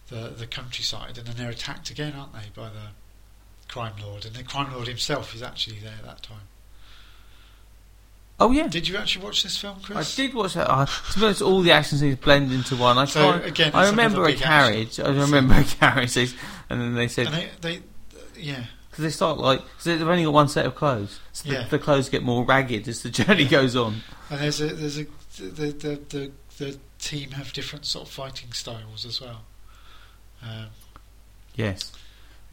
Speaker 4: the, the countryside and then they're attacked again, aren't they, by the crime lord. And the crime lord himself is actually there that time.
Speaker 3: Oh yeah.
Speaker 4: Did you actually watch this film,
Speaker 3: I
Speaker 4: Chris?
Speaker 3: did watch that. I to be honest, all the action scenes blend into one. I
Speaker 4: So,
Speaker 3: can't-
Speaker 4: again,
Speaker 3: I
Speaker 4: it's
Speaker 3: remember
Speaker 4: another
Speaker 3: a
Speaker 4: big action
Speaker 3: carriage. I remember a carriage, and then they said
Speaker 4: And they they yeah.
Speaker 3: because they start like because they've only got one set of clothes, so the,
Speaker 4: Yeah.
Speaker 3: the clothes get more ragged as the journey goes on.
Speaker 4: And there's a there's a the the the, the team have different sort of fighting styles as well. Um,
Speaker 3: Yes.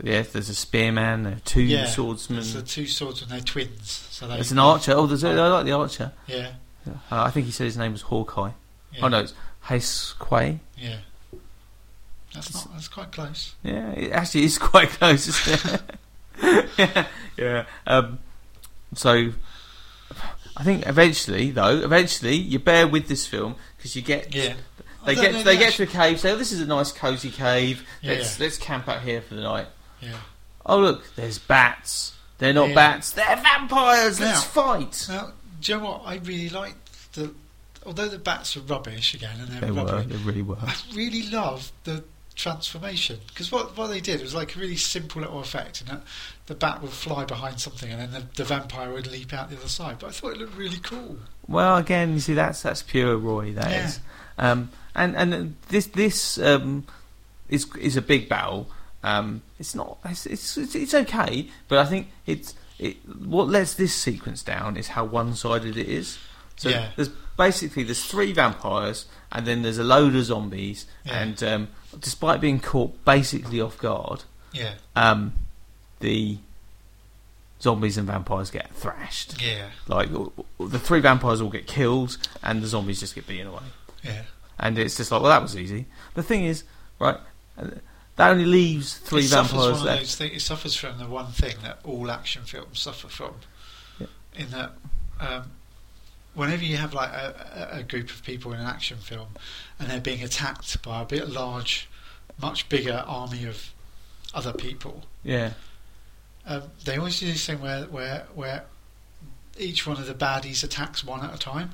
Speaker 3: Yes, there's a spearman, there are two
Speaker 4: Yeah,
Speaker 3: swordsmen.
Speaker 4: there's the two swordsmen, they're twins. So they,
Speaker 3: There's Hmm. an archer. Oh, there's a, I like the archer.
Speaker 4: Yeah,
Speaker 3: Uh, I think he said his name was Hawkeye.
Speaker 4: yeah.
Speaker 3: Oh no, it's Hayes Quay.
Speaker 4: Yeah. That's not. That's quite close.
Speaker 3: Yeah, it actually is quite close. Isn't it? yeah, yeah. Um, so I think eventually, though, eventually you bear with this film because you get
Speaker 4: Yeah.
Speaker 3: they get they get to a cave. Say, oh, this is a nice cozy cave.
Speaker 4: Yeah,
Speaker 3: let's let's camp out here for the night.
Speaker 4: Yeah.
Speaker 3: Oh look, there's bats. They're not
Speaker 4: Yeah.
Speaker 3: bats. They're vampires. Let's
Speaker 4: Now-
Speaker 3: fight.
Speaker 4: Now, do you know what? I really liked the. Although the bats are rubbish again, and they're
Speaker 3: They were.
Speaker 4: rubbery,
Speaker 3: They really were.
Speaker 4: I really love the transformation because what what they did was like a really simple little effect, and that the bat would fly behind something, and then the, the vampire would leap out the other side. But I thought it looked really cool.
Speaker 3: Well, again, you see, that's that's pure Roy. That is,
Speaker 4: Yeah.
Speaker 3: um, and and this this um, is is a big battle. Um, it's not. It's, it's it's it's okay, but I think it's it. What lets this sequence down is how one sided it is. So
Speaker 4: Yeah.
Speaker 3: there's basically there's three vampires, and then there's a load of zombies.
Speaker 4: Yeah.
Speaker 3: And um, despite being caught basically off guard,
Speaker 4: Yeah,
Speaker 3: um, the zombies and vampires get thrashed.
Speaker 4: yeah,
Speaker 3: Like all- all- the three vampires all get killed, and the zombies just get beaten away.
Speaker 4: yeah.
Speaker 3: And it's just like, well, that was easy. The thing is, right, uh, that only leaves three
Speaker 4: it suffers
Speaker 3: vampires
Speaker 4: one Of
Speaker 3: left.
Speaker 4: those things, it suffers from the one thing that all action films suffer from,
Speaker 3: Yeah.
Speaker 4: in that um, whenever you have like a, a- a group of people in an action film and they're being attacked by a bit large, much bigger army of other people,
Speaker 3: Yeah,
Speaker 4: um, they always do this thing where where where each one of the baddies attacks one at a time.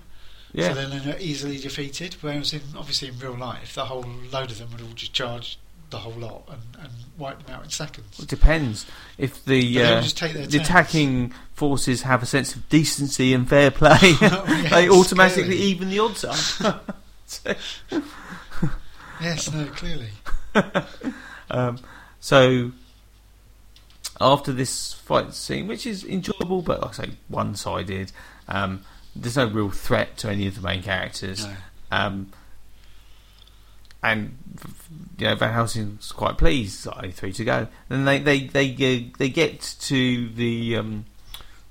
Speaker 3: yeah,
Speaker 4: So then they're not easily defeated. Whereas in obviously in real life, the whole load of them would all just charge the whole lot and, and wipe them out in seconds.
Speaker 3: It depends. If the
Speaker 4: But they all
Speaker 3: uh,
Speaker 4: just take their
Speaker 3: the
Speaker 4: turns.
Speaker 3: attacking forces have a sense of decency and fair play,
Speaker 4: Oh, yes,
Speaker 3: they automatically
Speaker 4: clearly.
Speaker 3: even the odds up. so,
Speaker 4: Yes, no, clearly.
Speaker 3: um, so after this fight scene, which is enjoyable, but like I say, one-sided. Um, there's no real threat to any of the main characters.
Speaker 4: No.
Speaker 3: Um, and you know Van Helsing's quite pleased. that Only three to go. Then they they they go- they get to the um,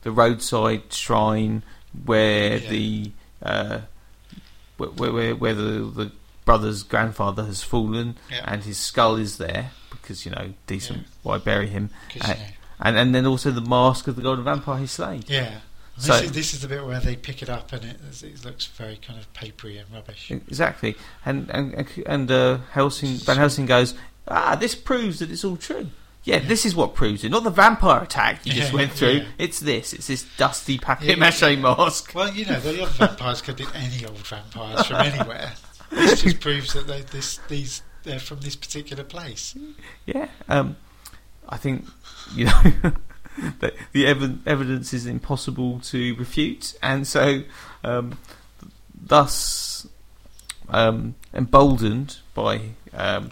Speaker 3: the roadside shrine where
Speaker 4: Yeah.
Speaker 3: the uh, where where- where, where the, the brother's grandfather has fallen
Speaker 4: Yeah.
Speaker 3: and his skull is there because you know decent.
Speaker 4: Yeah.
Speaker 3: Why bury him?
Speaker 4: 'cause, you know,
Speaker 3: And and then also the mask of the golden vampire he slayed.
Speaker 4: yeah. And This,
Speaker 3: So-
Speaker 4: is, this is the bit where they pick it up and it, it looks very kind of papery and rubbish.
Speaker 3: Exactly, and and and uh, Helsing Van Helsing goes, ah, this proves that it's all true. Yeah,
Speaker 4: Yeah.
Speaker 3: this is what proves it, not the vampire attack you just
Speaker 4: Yeah,
Speaker 3: went through.
Speaker 4: yeah.
Speaker 3: It's this, it's this dusty papier
Speaker 4: Yeah.
Speaker 3: mâché mask.
Speaker 4: Well, you know, the other vampires could be any old vampires from anywhere. This just proves that they, this, these, they're from this particular place.
Speaker 3: Yeah, um, I think you know the, the ev- evidence is impossible to refute, and so um, thus um, emboldened by um,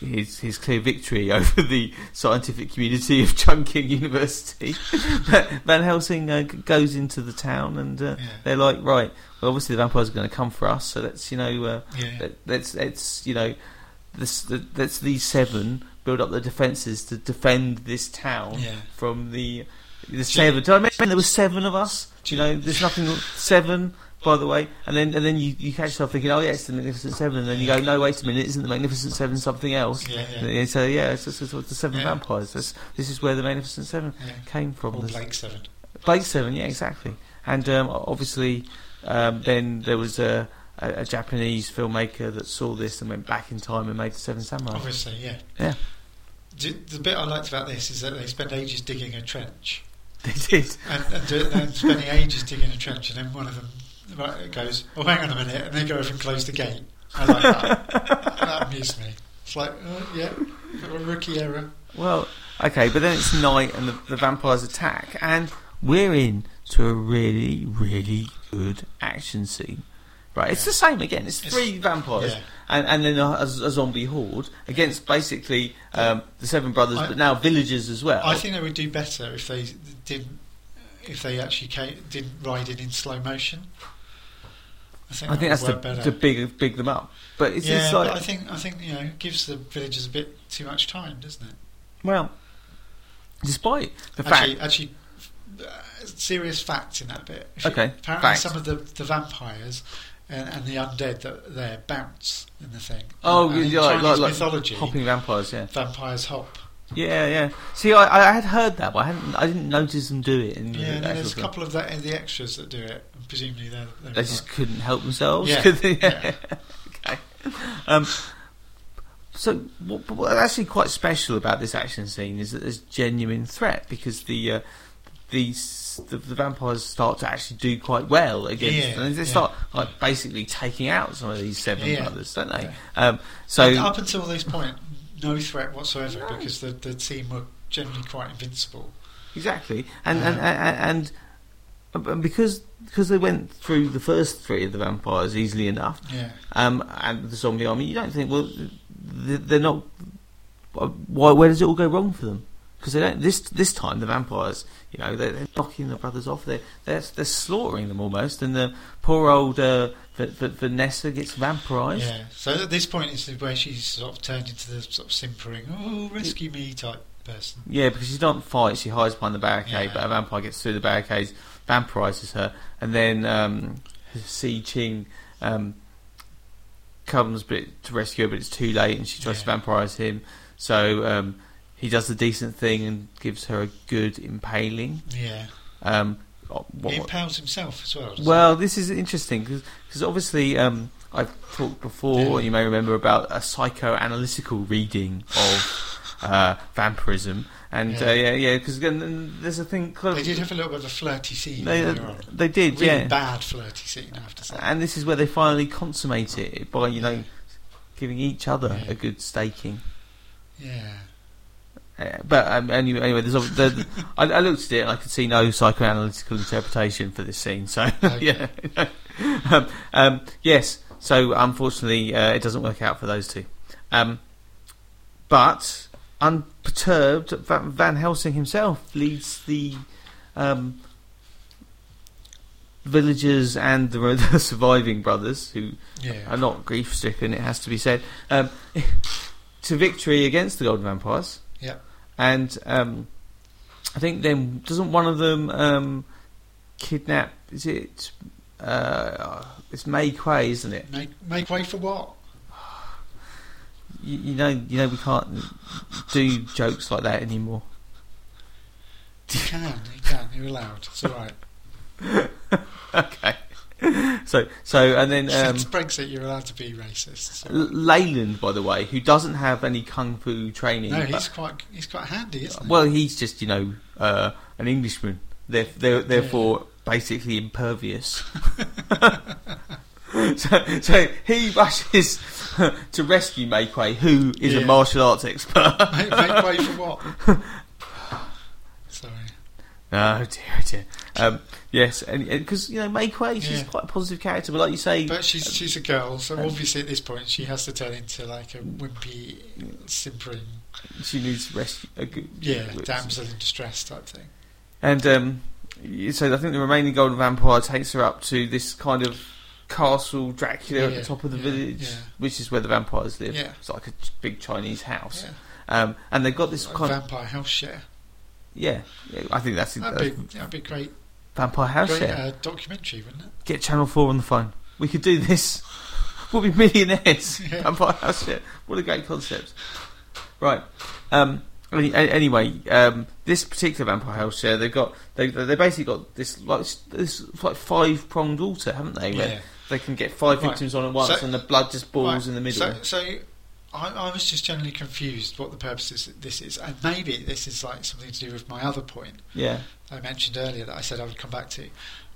Speaker 3: his his clear victory over the scientific community of Chungking University, Van Helsing uh, g- goes into the town, and uh,
Speaker 4: Yeah.
Speaker 3: they're like, right, well, obviously the vampires are going to come for us, so let's you know. Uh,
Speaker 4: Yeah.
Speaker 3: that- that's that's you know, this that- that's these seven build up the defenses to defend this town
Speaker 4: Yeah.
Speaker 3: from the the
Speaker 4: Do you-
Speaker 3: seven. Did I mention there were seven of us? Do you know? There's nothing seven. By the way, and then and then you, you catch yourself thinking, oh yeah, it's the Magnificent Seven, and then you go, no, wait a minute, isn't the Magnificent Seven something else?
Speaker 4: Yeah, yeah.
Speaker 3: And so yeah, it's, it's, it's the Seven
Speaker 4: Yeah.
Speaker 3: Vampires. That's, this is where the Magnificent Seven
Speaker 4: Yeah.
Speaker 3: came from.
Speaker 4: Or
Speaker 3: There's-
Speaker 4: Blake Seven.
Speaker 3: Blade Seven, yeah, exactly. And um, obviously, um, then there was a, a, a Japanese filmmaker that saw this and went back in time and made the Seven Samurai.
Speaker 4: Obviously, yeah.
Speaker 3: Oh. Yeah.
Speaker 4: Do, the bit I liked about this is that they spend ages digging a trench
Speaker 3: They did.
Speaker 4: and, and, do, and spending ages digging a trench, and then one of them right, goes, "Oh, hang on a minute," and they go over and close the gate. I like that. that amused me. It's like, uh, yeah, a rookie error.
Speaker 3: Well, okay, but then it's night and the, the vampires attack, and we're in to a really, really good action scene. Right, it's the same again. It's
Speaker 4: It's-
Speaker 3: three vampires
Speaker 4: yeah.
Speaker 3: and, and then a, a zombie horde against basically um, the Seven Brothers,
Speaker 4: I-
Speaker 3: but now villagers as well.
Speaker 4: I think they would do better if they didn't, if they actually came, didn't ride it in slow motion. I think,
Speaker 3: I think
Speaker 4: that
Speaker 3: that's
Speaker 4: would
Speaker 3: to,
Speaker 4: work better.
Speaker 3: to big, big them up. But it's,
Speaker 4: yeah,
Speaker 3: it's like.
Speaker 4: but I think I think you know gives the villagers a bit too much time, doesn't it?
Speaker 3: Well, despite the
Speaker 4: actually,
Speaker 3: fact,
Speaker 4: actually, uh, serious facts in that bit. If you-
Speaker 3: Okay,
Speaker 4: apparently,
Speaker 3: facts.
Speaker 4: some of the, the vampires and, and the undead that are there bounce in the thing.
Speaker 3: oh,
Speaker 4: and uh, in
Speaker 3: yeah, like,
Speaker 4: Chinese
Speaker 3: like, like
Speaker 4: mythology,
Speaker 3: hopping vampires, yeah,
Speaker 4: vampires hop.
Speaker 3: yeah, yeah. See, I, I had heard that, but I hadn't, I didn't notice them do it. In
Speaker 4: Yeah,
Speaker 3: the
Speaker 4: and then
Speaker 3: actual
Speaker 4: there's a
Speaker 3: film.
Speaker 4: couple of the, the extras that do it. and Presumably, they're, they're
Speaker 3: They just
Speaker 4: right.
Speaker 3: couldn't help themselves.
Speaker 4: Yeah,
Speaker 3: could they?
Speaker 4: yeah.
Speaker 3: okay. Um, so what, but what's actually quite special about this action scene is that there's genuine threat because the. Uh, these the, the vampires start to actually do quite well against
Speaker 4: Yeah,
Speaker 3: and they
Speaker 4: yeah.
Speaker 3: start like basically taking out some of these seven
Speaker 4: Yeah.
Speaker 3: brothers don't they
Speaker 4: Yeah.
Speaker 3: um, so
Speaker 4: And up until this point, no threat whatsoever because the, the team were generally quite invincible.
Speaker 3: Exactly, and
Speaker 4: Um,
Speaker 3: and and, and and because because they went through the first three of the vampires easily enough,
Speaker 4: Yeah,
Speaker 3: um, and the zombie uh, army, you don't think well, th- they're not. Why? Where does it all go wrong for them? because they don't. This this time the vampires, you know, they're, they're knocking the brothers off. They're, they're they're slaughtering them almost, and the poor old uh, v- v- Vanessa gets vampirized.
Speaker 4: Yeah. So at this point, it's where she's sort of turned into the sort of simpering, oh, rescue me type person.
Speaker 3: Yeah, because she doesn't fight, she hides behind the barricade,
Speaker 4: Yeah.
Speaker 3: but a vampire gets through the barricades, vampirizes her, and then um, Si Ching um, comes but to rescue her, but it's too late, and she tries
Speaker 4: Yeah.
Speaker 3: to vampirize him. So um, he does the decent thing and gives her a good impaling.
Speaker 4: Yeah.
Speaker 3: Um, what-
Speaker 4: he
Speaker 3: what,
Speaker 4: impales himself as well. doesn't
Speaker 3: well, this is interesting because obviously um, I've talked before,
Speaker 4: Yeah.
Speaker 3: you may remember, about a psychoanalytical reading of uh, vampirism. And yeah,
Speaker 4: Yeah.
Speaker 3: uh, yeah, yeah, because there's a thing.
Speaker 4: he? They did have a little bit of a flirty scene
Speaker 3: They, uh,
Speaker 4: earlier on.
Speaker 3: they did,
Speaker 4: Really
Speaker 3: yeah.
Speaker 4: bad flirty scene, I have to say.
Speaker 3: And this is where they finally consummate it by, you know, giving each other
Speaker 4: Yeah.
Speaker 3: a good staking.
Speaker 4: Yeah.
Speaker 3: Uh, but um, anyway, anyway, there's obvi- the, I, I looked at it and I could see no psychoanalytical interpretation for this scene. So
Speaker 4: Okay.
Speaker 3: yeah, um, um, yes. So unfortunately, uh, it doesn't work out for those two. Um, but unperturbed, Va- Van Helsing himself leads the um, villagers and the, the surviving brothers who
Speaker 4: Yeah.
Speaker 3: are not grief stricken, it has to be said, um, to victory against the Golden Vampires.
Speaker 4: Yeah.
Speaker 3: And um, I think then, doesn't one of them um, kidnap, is it, uh, it's May Quay, isn't it?
Speaker 4: Make, make way for what?
Speaker 3: You, you know, you know, we can't do jokes like that anymore.
Speaker 4: You can, you can, you're allowed. It's all right.
Speaker 3: Okay. So, so, and then um,
Speaker 4: Since Brexit, you're allowed to be racist. so-
Speaker 3: L- Leyland, by the way, who doesn't have any kung fu training,
Speaker 4: No,
Speaker 3: but-
Speaker 4: he's quite he's quite handy, isn't he?
Speaker 3: Well, he's just you know uh, an Englishman. They're, they're therefore basically impervious. so, so he rushes to rescue Makeway, who is a
Speaker 4: Yeah.
Speaker 3: martial arts expert.
Speaker 4: make, make way for what? Sorry.
Speaker 3: oh dear, oh dear. Um, yes, and because you know Makeway, she's
Speaker 4: Yeah.
Speaker 3: quite a positive character, but like you say,
Speaker 4: But she's she's a girl, so
Speaker 3: Um,
Speaker 4: obviously at this point she has to turn into like a wimpy, simpering,
Speaker 3: she needs rescue. A good,
Speaker 4: yeah, damsel in distress type thing.
Speaker 3: And um, y- so I think the remaining golden vampire takes her up to this kind of castle Dracula at
Speaker 4: Yeah,
Speaker 3: the top of the
Speaker 4: yeah,
Speaker 3: village,
Speaker 4: yeah.
Speaker 3: which is where the vampires live.
Speaker 4: Yeah.
Speaker 3: It's like a ch- big Chinese house.
Speaker 4: Yeah,
Speaker 3: Um, and they've got this
Speaker 4: like
Speaker 3: kind of.
Speaker 4: vampire house share.
Speaker 3: Yeah, yeah, I think that's, that's
Speaker 4: That'd be that'd be great.
Speaker 3: Vampire House
Speaker 4: great
Speaker 3: yeah.
Speaker 4: Uh, documentary, wouldn't it?
Speaker 3: Get Channel 4 on the phone. We could do this. We'll be millionaires.
Speaker 4: Yeah.
Speaker 3: Vampire House yeah. What a great concept. Right. Um, any- a- anyway, um, this particular vampire house yeah, they've got they they basically got this like s- this like five pronged altar, haven't they? Where
Speaker 4: Yeah.
Speaker 3: they can get five
Speaker 4: Right.
Speaker 3: victims on at once,
Speaker 4: So-
Speaker 3: and the blood just balls
Speaker 4: Right,
Speaker 3: in the middle.
Speaker 4: So, so I, I was just generally confused what the purpose is. This is, and maybe this is like something to do with my other point
Speaker 3: yeah.
Speaker 4: I mentioned earlier that I said I would come back to.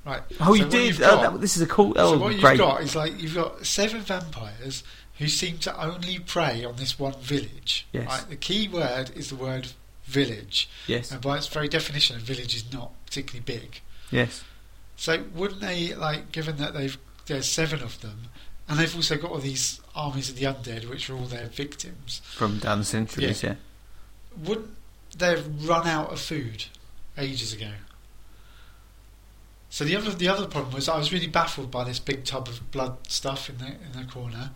Speaker 4: Right.
Speaker 3: Oh, you
Speaker 4: so what
Speaker 3: did.
Speaker 4: you've
Speaker 3: Oh,
Speaker 4: got-
Speaker 3: that, this is a cool. Oh,
Speaker 4: so what you've
Speaker 3: great.
Speaker 4: got is like you've got seven vampires who seem to only prey on this one village.
Speaker 3: Yes.
Speaker 4: Right? The key word is the word village,
Speaker 3: Yes.
Speaker 4: and by its very definition, a village is not particularly big.
Speaker 3: Yes.
Speaker 4: So wouldn't they like, given that they've there's seven of them, and they've also got all these armies of the undead, which are all their victims,
Speaker 3: From down the centuries. Yeah.
Speaker 4: wouldn't they've run out of food ages ago? So the other the other problem was I was really baffled by this big tub of blood stuff in the in the corner,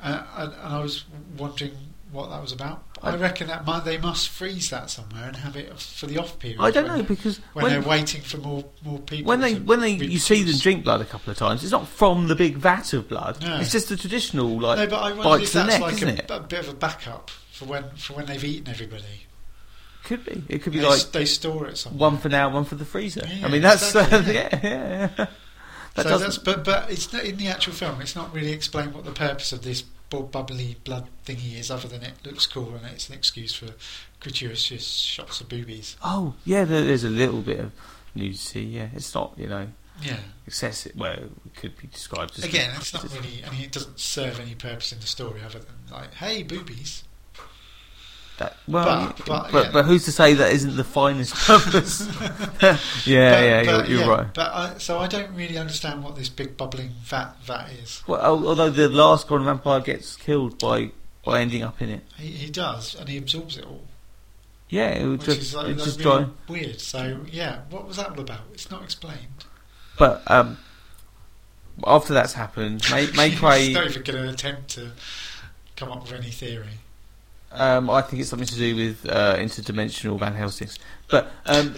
Speaker 4: uh, and, and I was wondering what that was about. I,
Speaker 3: I-
Speaker 4: reckon that mu they must freeze that somewhere and have it for the off period.
Speaker 3: I don't
Speaker 4: when-
Speaker 3: know because
Speaker 4: when,
Speaker 3: when,
Speaker 4: they're waiting for more more people.
Speaker 3: when they
Speaker 4: to
Speaker 3: when they you see them
Speaker 4: reproduce.
Speaker 3: drink blood a couple of times, it's not from the big vat of blood.
Speaker 4: No.
Speaker 3: It's just the traditional like
Speaker 4: No, but I wondered
Speaker 3: bites
Speaker 4: if
Speaker 3: the
Speaker 4: that's
Speaker 3: neck,
Speaker 4: like
Speaker 3: isn't
Speaker 4: a,
Speaker 3: it?
Speaker 4: a bit of a backup for when for when they've eaten everybody.
Speaker 3: Could be. It could
Speaker 4: They,
Speaker 3: be like
Speaker 4: s- they store it somewhere.
Speaker 3: one for now, one for the freezer.
Speaker 4: Yeah,
Speaker 3: I mean, that's
Speaker 4: exactly,
Speaker 3: yeah, yeah. yeah. That
Speaker 4: so that's
Speaker 3: doesn't.
Speaker 4: but but it's not in the actual film. It's not really explained what the purpose of this bu- bubbly blood thingy is, other than it looks cool and it's an excuse for gratuitous shots of boobies.
Speaker 3: Oh yeah, there, there's a little bit of nudity. Yeah, it's not you know
Speaker 4: Yeah.
Speaker 3: excessive. Well, it could be described as
Speaker 4: Again, it's not
Speaker 3: just-
Speaker 4: really. I mean, it doesn't serve any purpose in the story other than like, hey, boobies.
Speaker 3: That, well, yeah,
Speaker 4: but-
Speaker 3: but
Speaker 4: but,
Speaker 3: but,
Speaker 4: yeah.
Speaker 3: who's to say that isn't the finest purpose? yeah,
Speaker 4: But-
Speaker 3: yeah,
Speaker 4: but,
Speaker 3: you're, you're
Speaker 4: yeah,
Speaker 3: right.
Speaker 4: But I, so I don't really understand what this big bubbling fat vat is.
Speaker 3: Well, al- although the last Golden Vampire gets killed by by ending up in it.
Speaker 4: He, he does, and he absorbs it all.
Speaker 3: Yeah, it would
Speaker 4: which
Speaker 3: just,
Speaker 4: is like,
Speaker 3: it
Speaker 4: that's
Speaker 3: just
Speaker 4: really
Speaker 3: dry.
Speaker 4: weird. So yeah, what was that all about? It's not explained.
Speaker 3: But um, after that's happened, May,
Speaker 4: It's not
Speaker 3: Mayquay,
Speaker 4: even going to attempt to come up with any theory.
Speaker 3: um, I think it's something to do with uh, interdimensional Van Helsings. But um,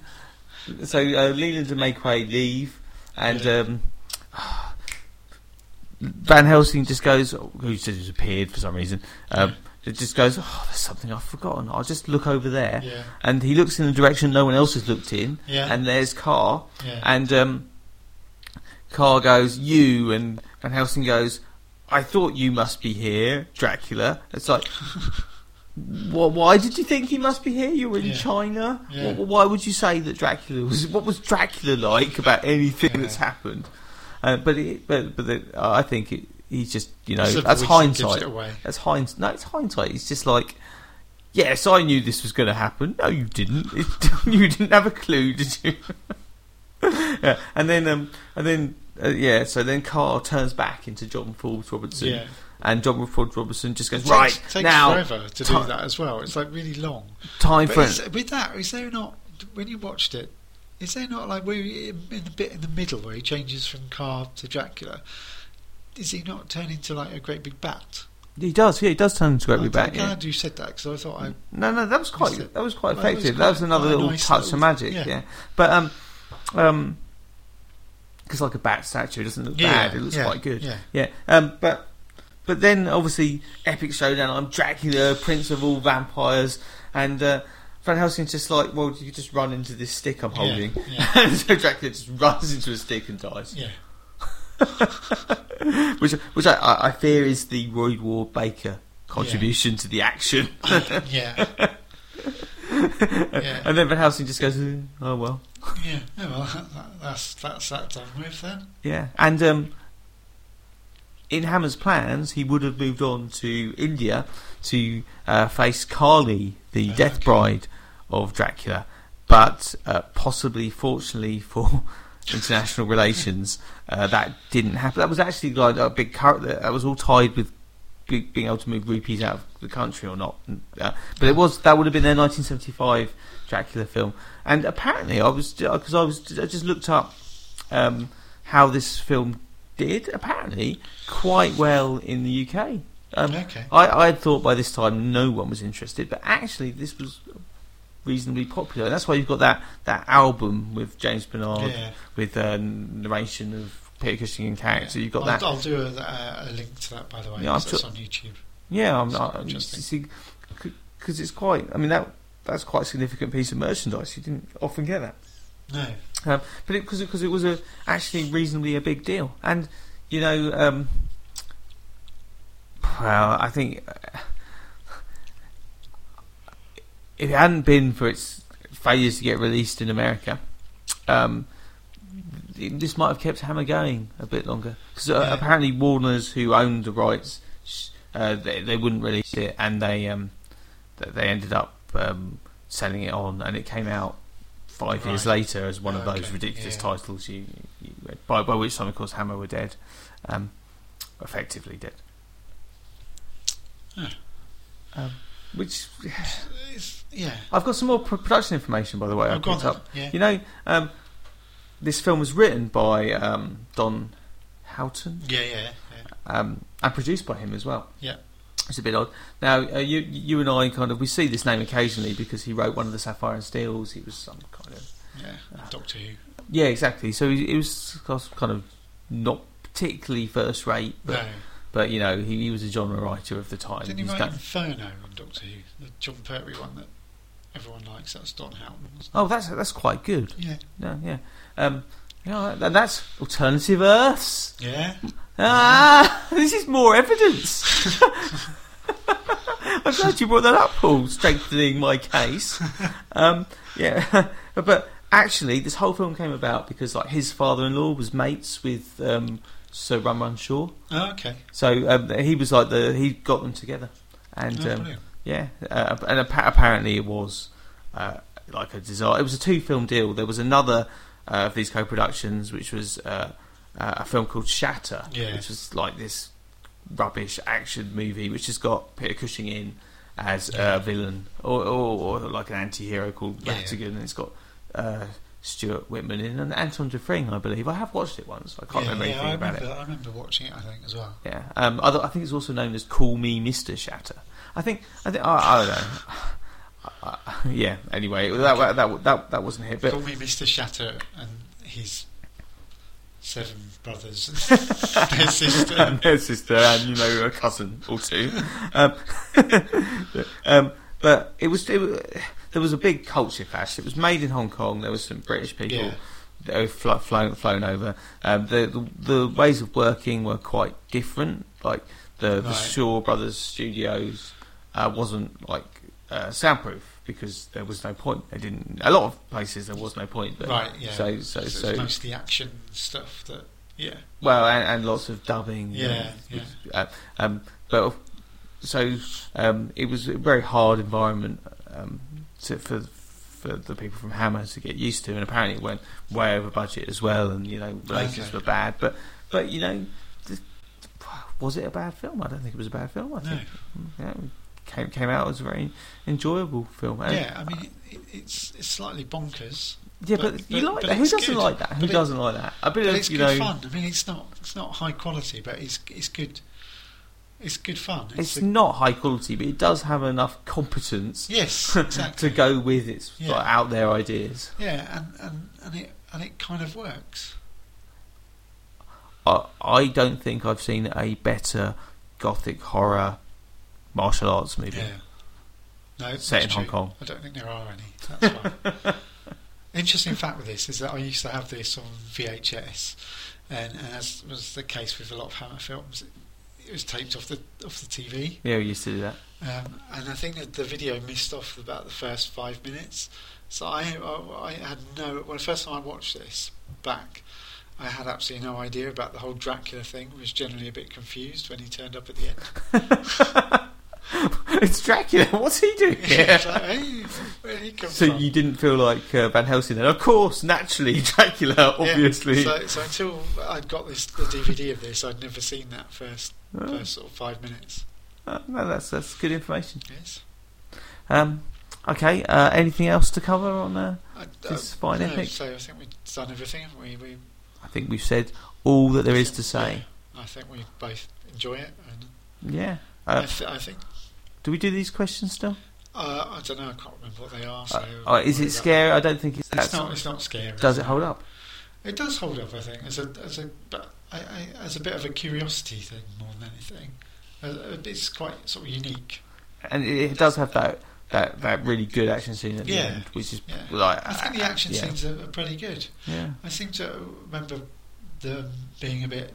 Speaker 3: so uh, Leland and Mayquay leave, and
Speaker 4: Yeah.
Speaker 3: um, Van Helsing just goes, who just disappeared for some reason. Um, it just goes, oh, there's something I've forgotten. I'll just look over there.
Speaker 4: Yeah,
Speaker 3: And he looks in the direction no one else has looked in,
Speaker 4: yeah,
Speaker 3: and there's Carr.
Speaker 4: yeah.
Speaker 3: And um, Carr goes, "You," and Van Helsing goes, "I thought you must be here, Dracula." It's like, wh Why did you think he must be here? You were in
Speaker 4: Yeah.
Speaker 3: China. Wh-
Speaker 4: Yeah.
Speaker 3: wh- why would you say that Dracula was? What was Dracula like about anything
Speaker 4: Yeah.
Speaker 3: that's happened? Uh, but it, but but the, I think it, he's just you know
Speaker 4: It's a
Speaker 3: that's
Speaker 4: voice that gives
Speaker 3: hindsight.
Speaker 4: it away.
Speaker 3: That's hindsight. No, it's hindsight. It's just like, yes, I knew this was going to happen. No, you didn't. It- you didn't have a clue, did you? yeah. And then, um, and then, uh, yeah. So then, Carl turns back into John Forbes Robertson,
Speaker 4: Yeah.
Speaker 3: and John Forbes Robertson just goes
Speaker 4: It
Speaker 3: right
Speaker 4: takes, takes
Speaker 3: now.
Speaker 4: forever to do
Speaker 3: ti-
Speaker 4: that as well. It's like really long.
Speaker 3: Time
Speaker 4: But
Speaker 3: for
Speaker 4: is- with that, is there not when you watched it? Is there not like where he- in the bit in the middle where he changes from car to Dracula? Is he not turn into like a great big bat?
Speaker 3: he does. Yeah, he does turn into
Speaker 4: I-
Speaker 3: Gregory back.
Speaker 4: I'm
Speaker 3: Yeah. Mm.
Speaker 4: glad you said that because I thought I
Speaker 3: No, no, that was quite
Speaker 4: Is it-
Speaker 3: that was quite
Speaker 4: Well, that was
Speaker 3: effective.
Speaker 4: quite-
Speaker 3: That was another
Speaker 4: quite a
Speaker 3: little
Speaker 4: nice
Speaker 3: touch
Speaker 4: little-
Speaker 3: of magic. Yeah.
Speaker 4: yeah.
Speaker 3: but um, um, because like a bat statue, it doesn't look
Speaker 4: Yeah,
Speaker 3: bad. It looks
Speaker 4: yeah,
Speaker 3: quite good.
Speaker 4: yeah.
Speaker 3: Um, but but then obviously epic showdown. I'm Dracula, prince of all vampires, and uh, Van Helsing's just like, well, you just run into this stick I'm
Speaker 4: Yeah,
Speaker 3: holding.
Speaker 4: yeah.
Speaker 3: and so Dracula just runs into a stick and dies,
Speaker 4: yeah
Speaker 3: which which I- I, I fear is the Roy Ward Baker contribution to the action.
Speaker 4: yeah yeah
Speaker 3: And then Van Helsing just goes, "Uh, oh well.
Speaker 4: yeah. Oh, well, that, that, that's that's that done with then.
Speaker 3: Yeah, and um, in Hammer's plans, he would have moved on to India to uh, face Kali, the
Speaker 4: Oh,
Speaker 3: Death
Speaker 4: okay.
Speaker 3: Bride of Dracula, but uh, possibly, fortunately for international relations, uh, that didn't happen. That was actually like a big current. That was all tied with be- being able to move rupees out of the country or not. And, uh, but it was that would have been their 1975 Dracula film. And apparently, I was because I was I just looked up um, how this film did. Apparently, quite well in the UK. Um,
Speaker 4: Okay.
Speaker 3: I, I had thought by this time no one was interested, but actually this was reasonably popular. That's why you've got that, that album with James Bernard
Speaker 4: Yeah.
Speaker 3: with uh, narration of Peter Cushing in character. You've got
Speaker 4: I'll,
Speaker 3: that.
Speaker 4: I'll do a, a, a link to that by the way.
Speaker 3: Yeah, I'm
Speaker 4: 'cause it's
Speaker 3: sure-
Speaker 4: on YouTube.
Speaker 3: Yeah, I'm
Speaker 4: It's
Speaker 3: not
Speaker 4: quite interesting.
Speaker 3: interested because it's quite. I mean, that that's quite a significant piece of merchandise. You didn't often get that,
Speaker 4: No.
Speaker 3: um, but because it, 'cause it was a actually reasonably a big deal, and you know, um, well, I think uh, if it hadn't been for its failures to get released in America. Um, th- this might have kept Hammer going a bit longer because uh,
Speaker 4: Yeah.
Speaker 3: apparently Warner's, who owned the rights, sh- uh, they, they wouldn't release it, and they um, th- they ended up um, selling it on, and it came out five years
Speaker 4: Right.
Speaker 3: later as one of
Speaker 4: Oh, Okay,
Speaker 3: those ridiculous
Speaker 4: yeah.
Speaker 3: titles. You, you read. by by which time, of course, Hammer were dead, um, effectively dead.
Speaker 4: Huh.
Speaker 3: Um, which
Speaker 4: It's, yeah.
Speaker 3: I've got some more pro- production information, by the way. I
Speaker 4: Oh, go on
Speaker 3: picked
Speaker 4: then.
Speaker 3: up.
Speaker 4: Yeah.
Speaker 3: You know, um, this film was written by um, Don Houghton
Speaker 4: Yeah, yeah, yeah.
Speaker 3: um, and produced by him as well.
Speaker 4: Yeah.
Speaker 3: It's a bit odd. Now, uh, you you and I kind of we see this name occasionally because he wrote one of the Sapphire and Steels. He was some kind of
Speaker 4: yeah.
Speaker 3: Ah.
Speaker 4: Doctor Who.
Speaker 3: yeah, exactly. So he, he was kind of not particularly first rate, but
Speaker 4: No.
Speaker 3: but you know he, he was a genre writer of the time.
Speaker 4: Didn't he
Speaker 3: He's
Speaker 4: write
Speaker 3: done-
Speaker 4: Inferno on Doctor Who? The John Pertwee one that everyone likes. That's Don Houghton. wasn't
Speaker 3: oh, that's that's quite good.
Speaker 4: it? Yeah.
Speaker 3: Yeah, yeah. Um, yeah, that, that's alternative Earths.
Speaker 4: Yeah.
Speaker 3: Ah, this is more evidence. I'm glad you brought that up, Paul, strengthening my case. Um, yeah, but actually, this whole film came about because like his father-in-law was mates with um, Sir Ramran Shaw,
Speaker 4: Oh, okay.
Speaker 3: so um, he was like the he got them together, and
Speaker 4: Oh,
Speaker 3: um,
Speaker 4: brilliant.
Speaker 3: yeah, uh, and appa- apparently it was uh, like a desire. It was a two-film deal. There was another uh, of these co-productions, which was uh, uh, a film called Shatter,
Speaker 4: Yeah.
Speaker 3: which was like this rubbish action movie, which has got Peter Cushing in as a villain or, or, or like an anti-hero called
Speaker 4: Yeah, yeah.
Speaker 3: Ratigan, and it's got uh, Stuart Whitman in and Anton Dufresne, I believe. I have watched it once. I can't
Speaker 4: yeah,
Speaker 3: remember
Speaker 4: yeah,
Speaker 3: anything
Speaker 4: I
Speaker 3: about
Speaker 4: remember,
Speaker 3: it.
Speaker 4: I remember watching it. I think as well.
Speaker 3: Yeah, um, other, I think it's also known as "Call Me Mister Shatter." I think I think I, I don't know. I, I, yeah. Anyway, that, that that that that wasn't here, but
Speaker 4: Call me Mr. Shatter and his seven brothers and their sister.
Speaker 3: and their sister and you know a cousin or two. Um, um, but it was, it wa- there was a big culture clash. It was made in Hong Kong. There was some British people
Speaker 4: Yeah.
Speaker 3: that were fl- flown flown over. Um, the, the the ways of working were quite different. Like the, the
Speaker 4: Right.
Speaker 3: Shaw Brothers Studios uh, wasn't like uh, soundproof. Because there was no point, they didn't. A lot of places there was no point, but
Speaker 4: Right, yeah.
Speaker 3: so so
Speaker 4: it's
Speaker 3: so.
Speaker 4: mostly action stuff that, yeah.
Speaker 3: Well, and, and lots of dubbing. you know,
Speaker 4: Yeah, yeah.
Speaker 3: which, uh, um, but so um, it was a very hard environment um, to, for for the people from Hammer to get used to, and apparently it went way over budget as well, and you know relations
Speaker 4: Okay.
Speaker 3: were bad. But but you know, th- was it a bad film? I don't think it was a bad film. I
Speaker 4: No.
Speaker 3: think mm, yeah, it came came out as a very enjoyable film. And-
Speaker 4: Yeah, I mean, it, it, it's it's slightly bonkers,
Speaker 3: yeah, but,
Speaker 4: but-
Speaker 3: you
Speaker 4: but-
Speaker 3: like
Speaker 4: but
Speaker 3: that? Who
Speaker 4: it's
Speaker 3: doesn't
Speaker 4: good.
Speaker 3: like that? Who
Speaker 4: But it-
Speaker 3: doesn't like that? A bit
Speaker 4: but
Speaker 3: of
Speaker 4: it's
Speaker 3: you
Speaker 4: good
Speaker 3: know.
Speaker 4: fun. I mean, it's not it's not high quality, but it's it's good. It's good fun.
Speaker 3: It's
Speaker 4: a-
Speaker 3: not high quality, but it does have enough competence
Speaker 4: yes, exactly.
Speaker 3: to go with its
Speaker 4: Yeah.
Speaker 3: like, out there ideas.
Speaker 4: Yeah, and, and, and it and it kind of works.
Speaker 3: I, I don't think I've seen a better gothic horror martial arts movie.
Speaker 4: Yeah. No,
Speaker 3: Set
Speaker 4: that's
Speaker 3: in Hong
Speaker 4: true.
Speaker 3: Kong.
Speaker 4: I don't think there are any. That's why. Interesting fact with this is that I used to have this on VHS, and, and as was the case with a lot of Hammer films, it, it was taped off the off the TV.
Speaker 3: Yeah, we used to do that.
Speaker 4: Um, and I think that the video missed off about the first five minutes. So I, I, I had no. Well, the first time I watched this back, I had absolutely no idea about the whole Dracula thing. Was generally a bit confused when he turned up at the end.
Speaker 3: it's Dracula. What's he doing here?
Speaker 4: It's like, hey, where did he come
Speaker 3: so
Speaker 4: from?
Speaker 3: you didn't feel like uh, Van Helsing then? Of course, naturally, Dracula,
Speaker 4: Yeah,
Speaker 3: obviously.
Speaker 4: So, so until I'd got this the DVD of this, I'd never seen that first
Speaker 3: Oh,
Speaker 4: first sort of five minutes.
Speaker 3: oh, no, that's that's good information.
Speaker 4: Yes.
Speaker 3: Um, okay, uh, anything else to cover on there?
Speaker 4: I,
Speaker 3: This is fine,
Speaker 4: Uh, no,
Speaker 3: I think.
Speaker 4: So I think we've done everything, haven't we? we
Speaker 3: I think we've said all that there is to say.
Speaker 4: I think we both enjoy it, and
Speaker 3: Yeah.
Speaker 4: I,
Speaker 3: Uh,
Speaker 4: th- I think
Speaker 3: do we do these questions still?
Speaker 4: Uh, I don't know. I can't remember what they are. So
Speaker 3: Uh, oh, is it scary? I don't think it's that.
Speaker 4: It's not. It's not scary.
Speaker 3: Does it hold up?
Speaker 4: It does hold up. I think as a as a but I, I, as a bit of a curiosity thing more than anything. Uh, it's quite sort of unique.
Speaker 3: And it, it does have that, that that really good action scene at the
Speaker 4: Yeah.
Speaker 3: end, which is
Speaker 4: Yeah.
Speaker 3: like
Speaker 4: I think the action
Speaker 3: yeah.
Speaker 4: scenes are, are pretty good.
Speaker 3: Yeah.
Speaker 4: I seem to remember them being a bit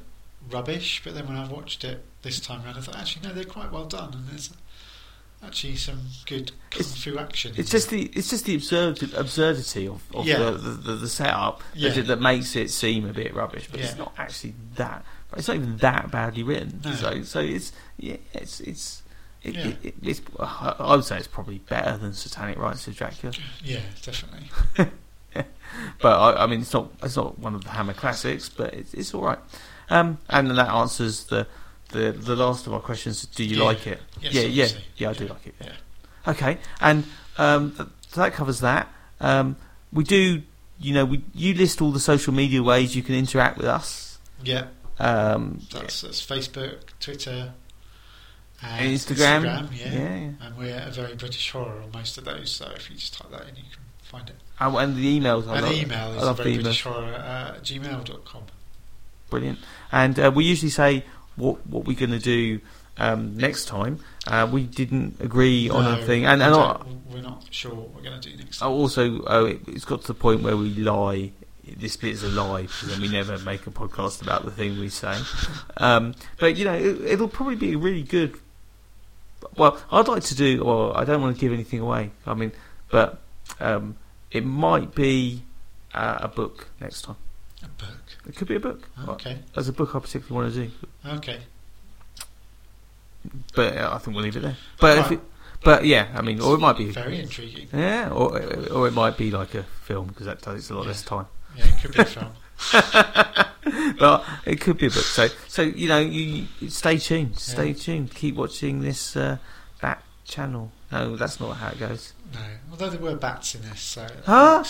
Speaker 4: rubbish, but then when I watched it this time around, I thought actually no, they're quite well done, and there's actually some good kung
Speaker 3: It's-
Speaker 4: fu action. in
Speaker 3: It's
Speaker 4: there.
Speaker 3: just the it's just the absurd, absurdity of, of
Speaker 4: Yeah.
Speaker 3: the, the, the, the setup
Speaker 4: Yeah.
Speaker 3: that, that makes it seem a bit rubbish, but it's
Speaker 4: Yeah.
Speaker 3: not actually that. It's not even that badly written.
Speaker 4: No.
Speaker 3: So so it's yeah it's it's. It,
Speaker 4: Yeah.
Speaker 3: it, it, it's, I I would say it's probably better than Satanic Rites of Dracula,
Speaker 4: yeah, definitely.
Speaker 3: but I, I mean it's not it's not one of the Hammer classics, but it's, it's all right. Um, and that answers the, the the last of our questions. Do you
Speaker 4: Yeah.
Speaker 3: like it?
Speaker 4: Yes,
Speaker 3: yeah, yeah,
Speaker 4: obviously.
Speaker 3: yeah. I do like it. Yeah.
Speaker 4: Yeah.
Speaker 3: Okay, and um, th- so that covers that. Um, we do, you know, we you list all the social media ways you can interact with us.
Speaker 4: Yeah.
Speaker 3: Um,
Speaker 4: That's, that's Facebook, Twitter, and
Speaker 3: and Instagram,
Speaker 4: yeah.
Speaker 3: yeah. yeah.
Speaker 4: And we're a very British horror on most of those, so if you just type that in, you can find it.
Speaker 3: Oh, and the emails. I
Speaker 4: and
Speaker 3: love,
Speaker 4: the email
Speaker 3: I
Speaker 4: is
Speaker 3: love the
Speaker 4: very
Speaker 3: email.
Speaker 4: British horror uh, at gmail.com.
Speaker 3: Brilliant. And uh, we usually say what what we're going to do um, next time. Uh, we didn't agree on a thing, and and I-
Speaker 4: we're not sure what we're going to do next.
Speaker 3: Oh, also, oh, it, it's got to the point where we lie. This bit is a lie, because then we never make a podcast about the thing we say. Um, but you know, it, it'll probably be a really good. Well, I'd like to do. Well, I don't want to give anything away. I mean, but um, it might be uh, a book next time.
Speaker 4: A book.
Speaker 3: It could be a book.
Speaker 4: Okay.
Speaker 3: There's a book I particularly want to do,
Speaker 4: Okay.
Speaker 3: but uh, I think we'll leave it there. But if it,
Speaker 4: Right.
Speaker 3: but yeah, I mean, or it might be
Speaker 4: Very intriguing.
Speaker 3: yeah, or or it might be like a film because that takes a lot
Speaker 4: Yeah.
Speaker 3: less time.
Speaker 4: Yeah, it could be a film.
Speaker 3: but it could be a book. So, so you know, you you- stay tuned, stay tuned, keep watching this uh, that channel. No, that's not how it goes.
Speaker 4: No, although there were bats in this, so
Speaker 3: Huh?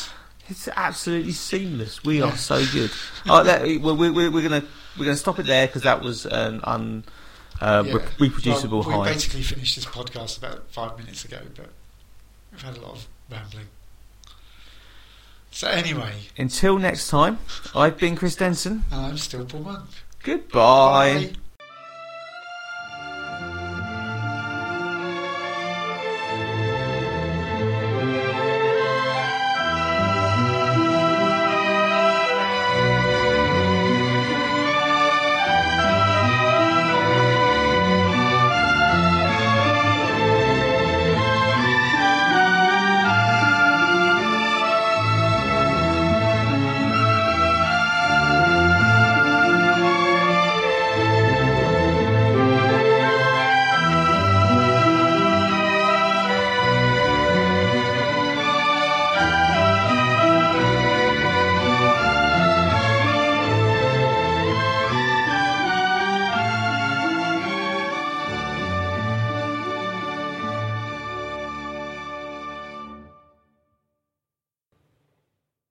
Speaker 3: It's absolutely seamless. We are so good. Oh, that, well, we're, we're, we're gonna we're gonna stop it there because that was an un uh,
Speaker 4: Yeah.
Speaker 3: re- reproducible
Speaker 4: Well, We
Speaker 3: high.
Speaker 4: basically finished this podcast about five minutes ago, but we've had a lot of rambling. So anyway,
Speaker 3: Until next time, I've been Chris Denson.
Speaker 4: I'm still Paul Monk.
Speaker 3: Goodbye.
Speaker 4: Bye.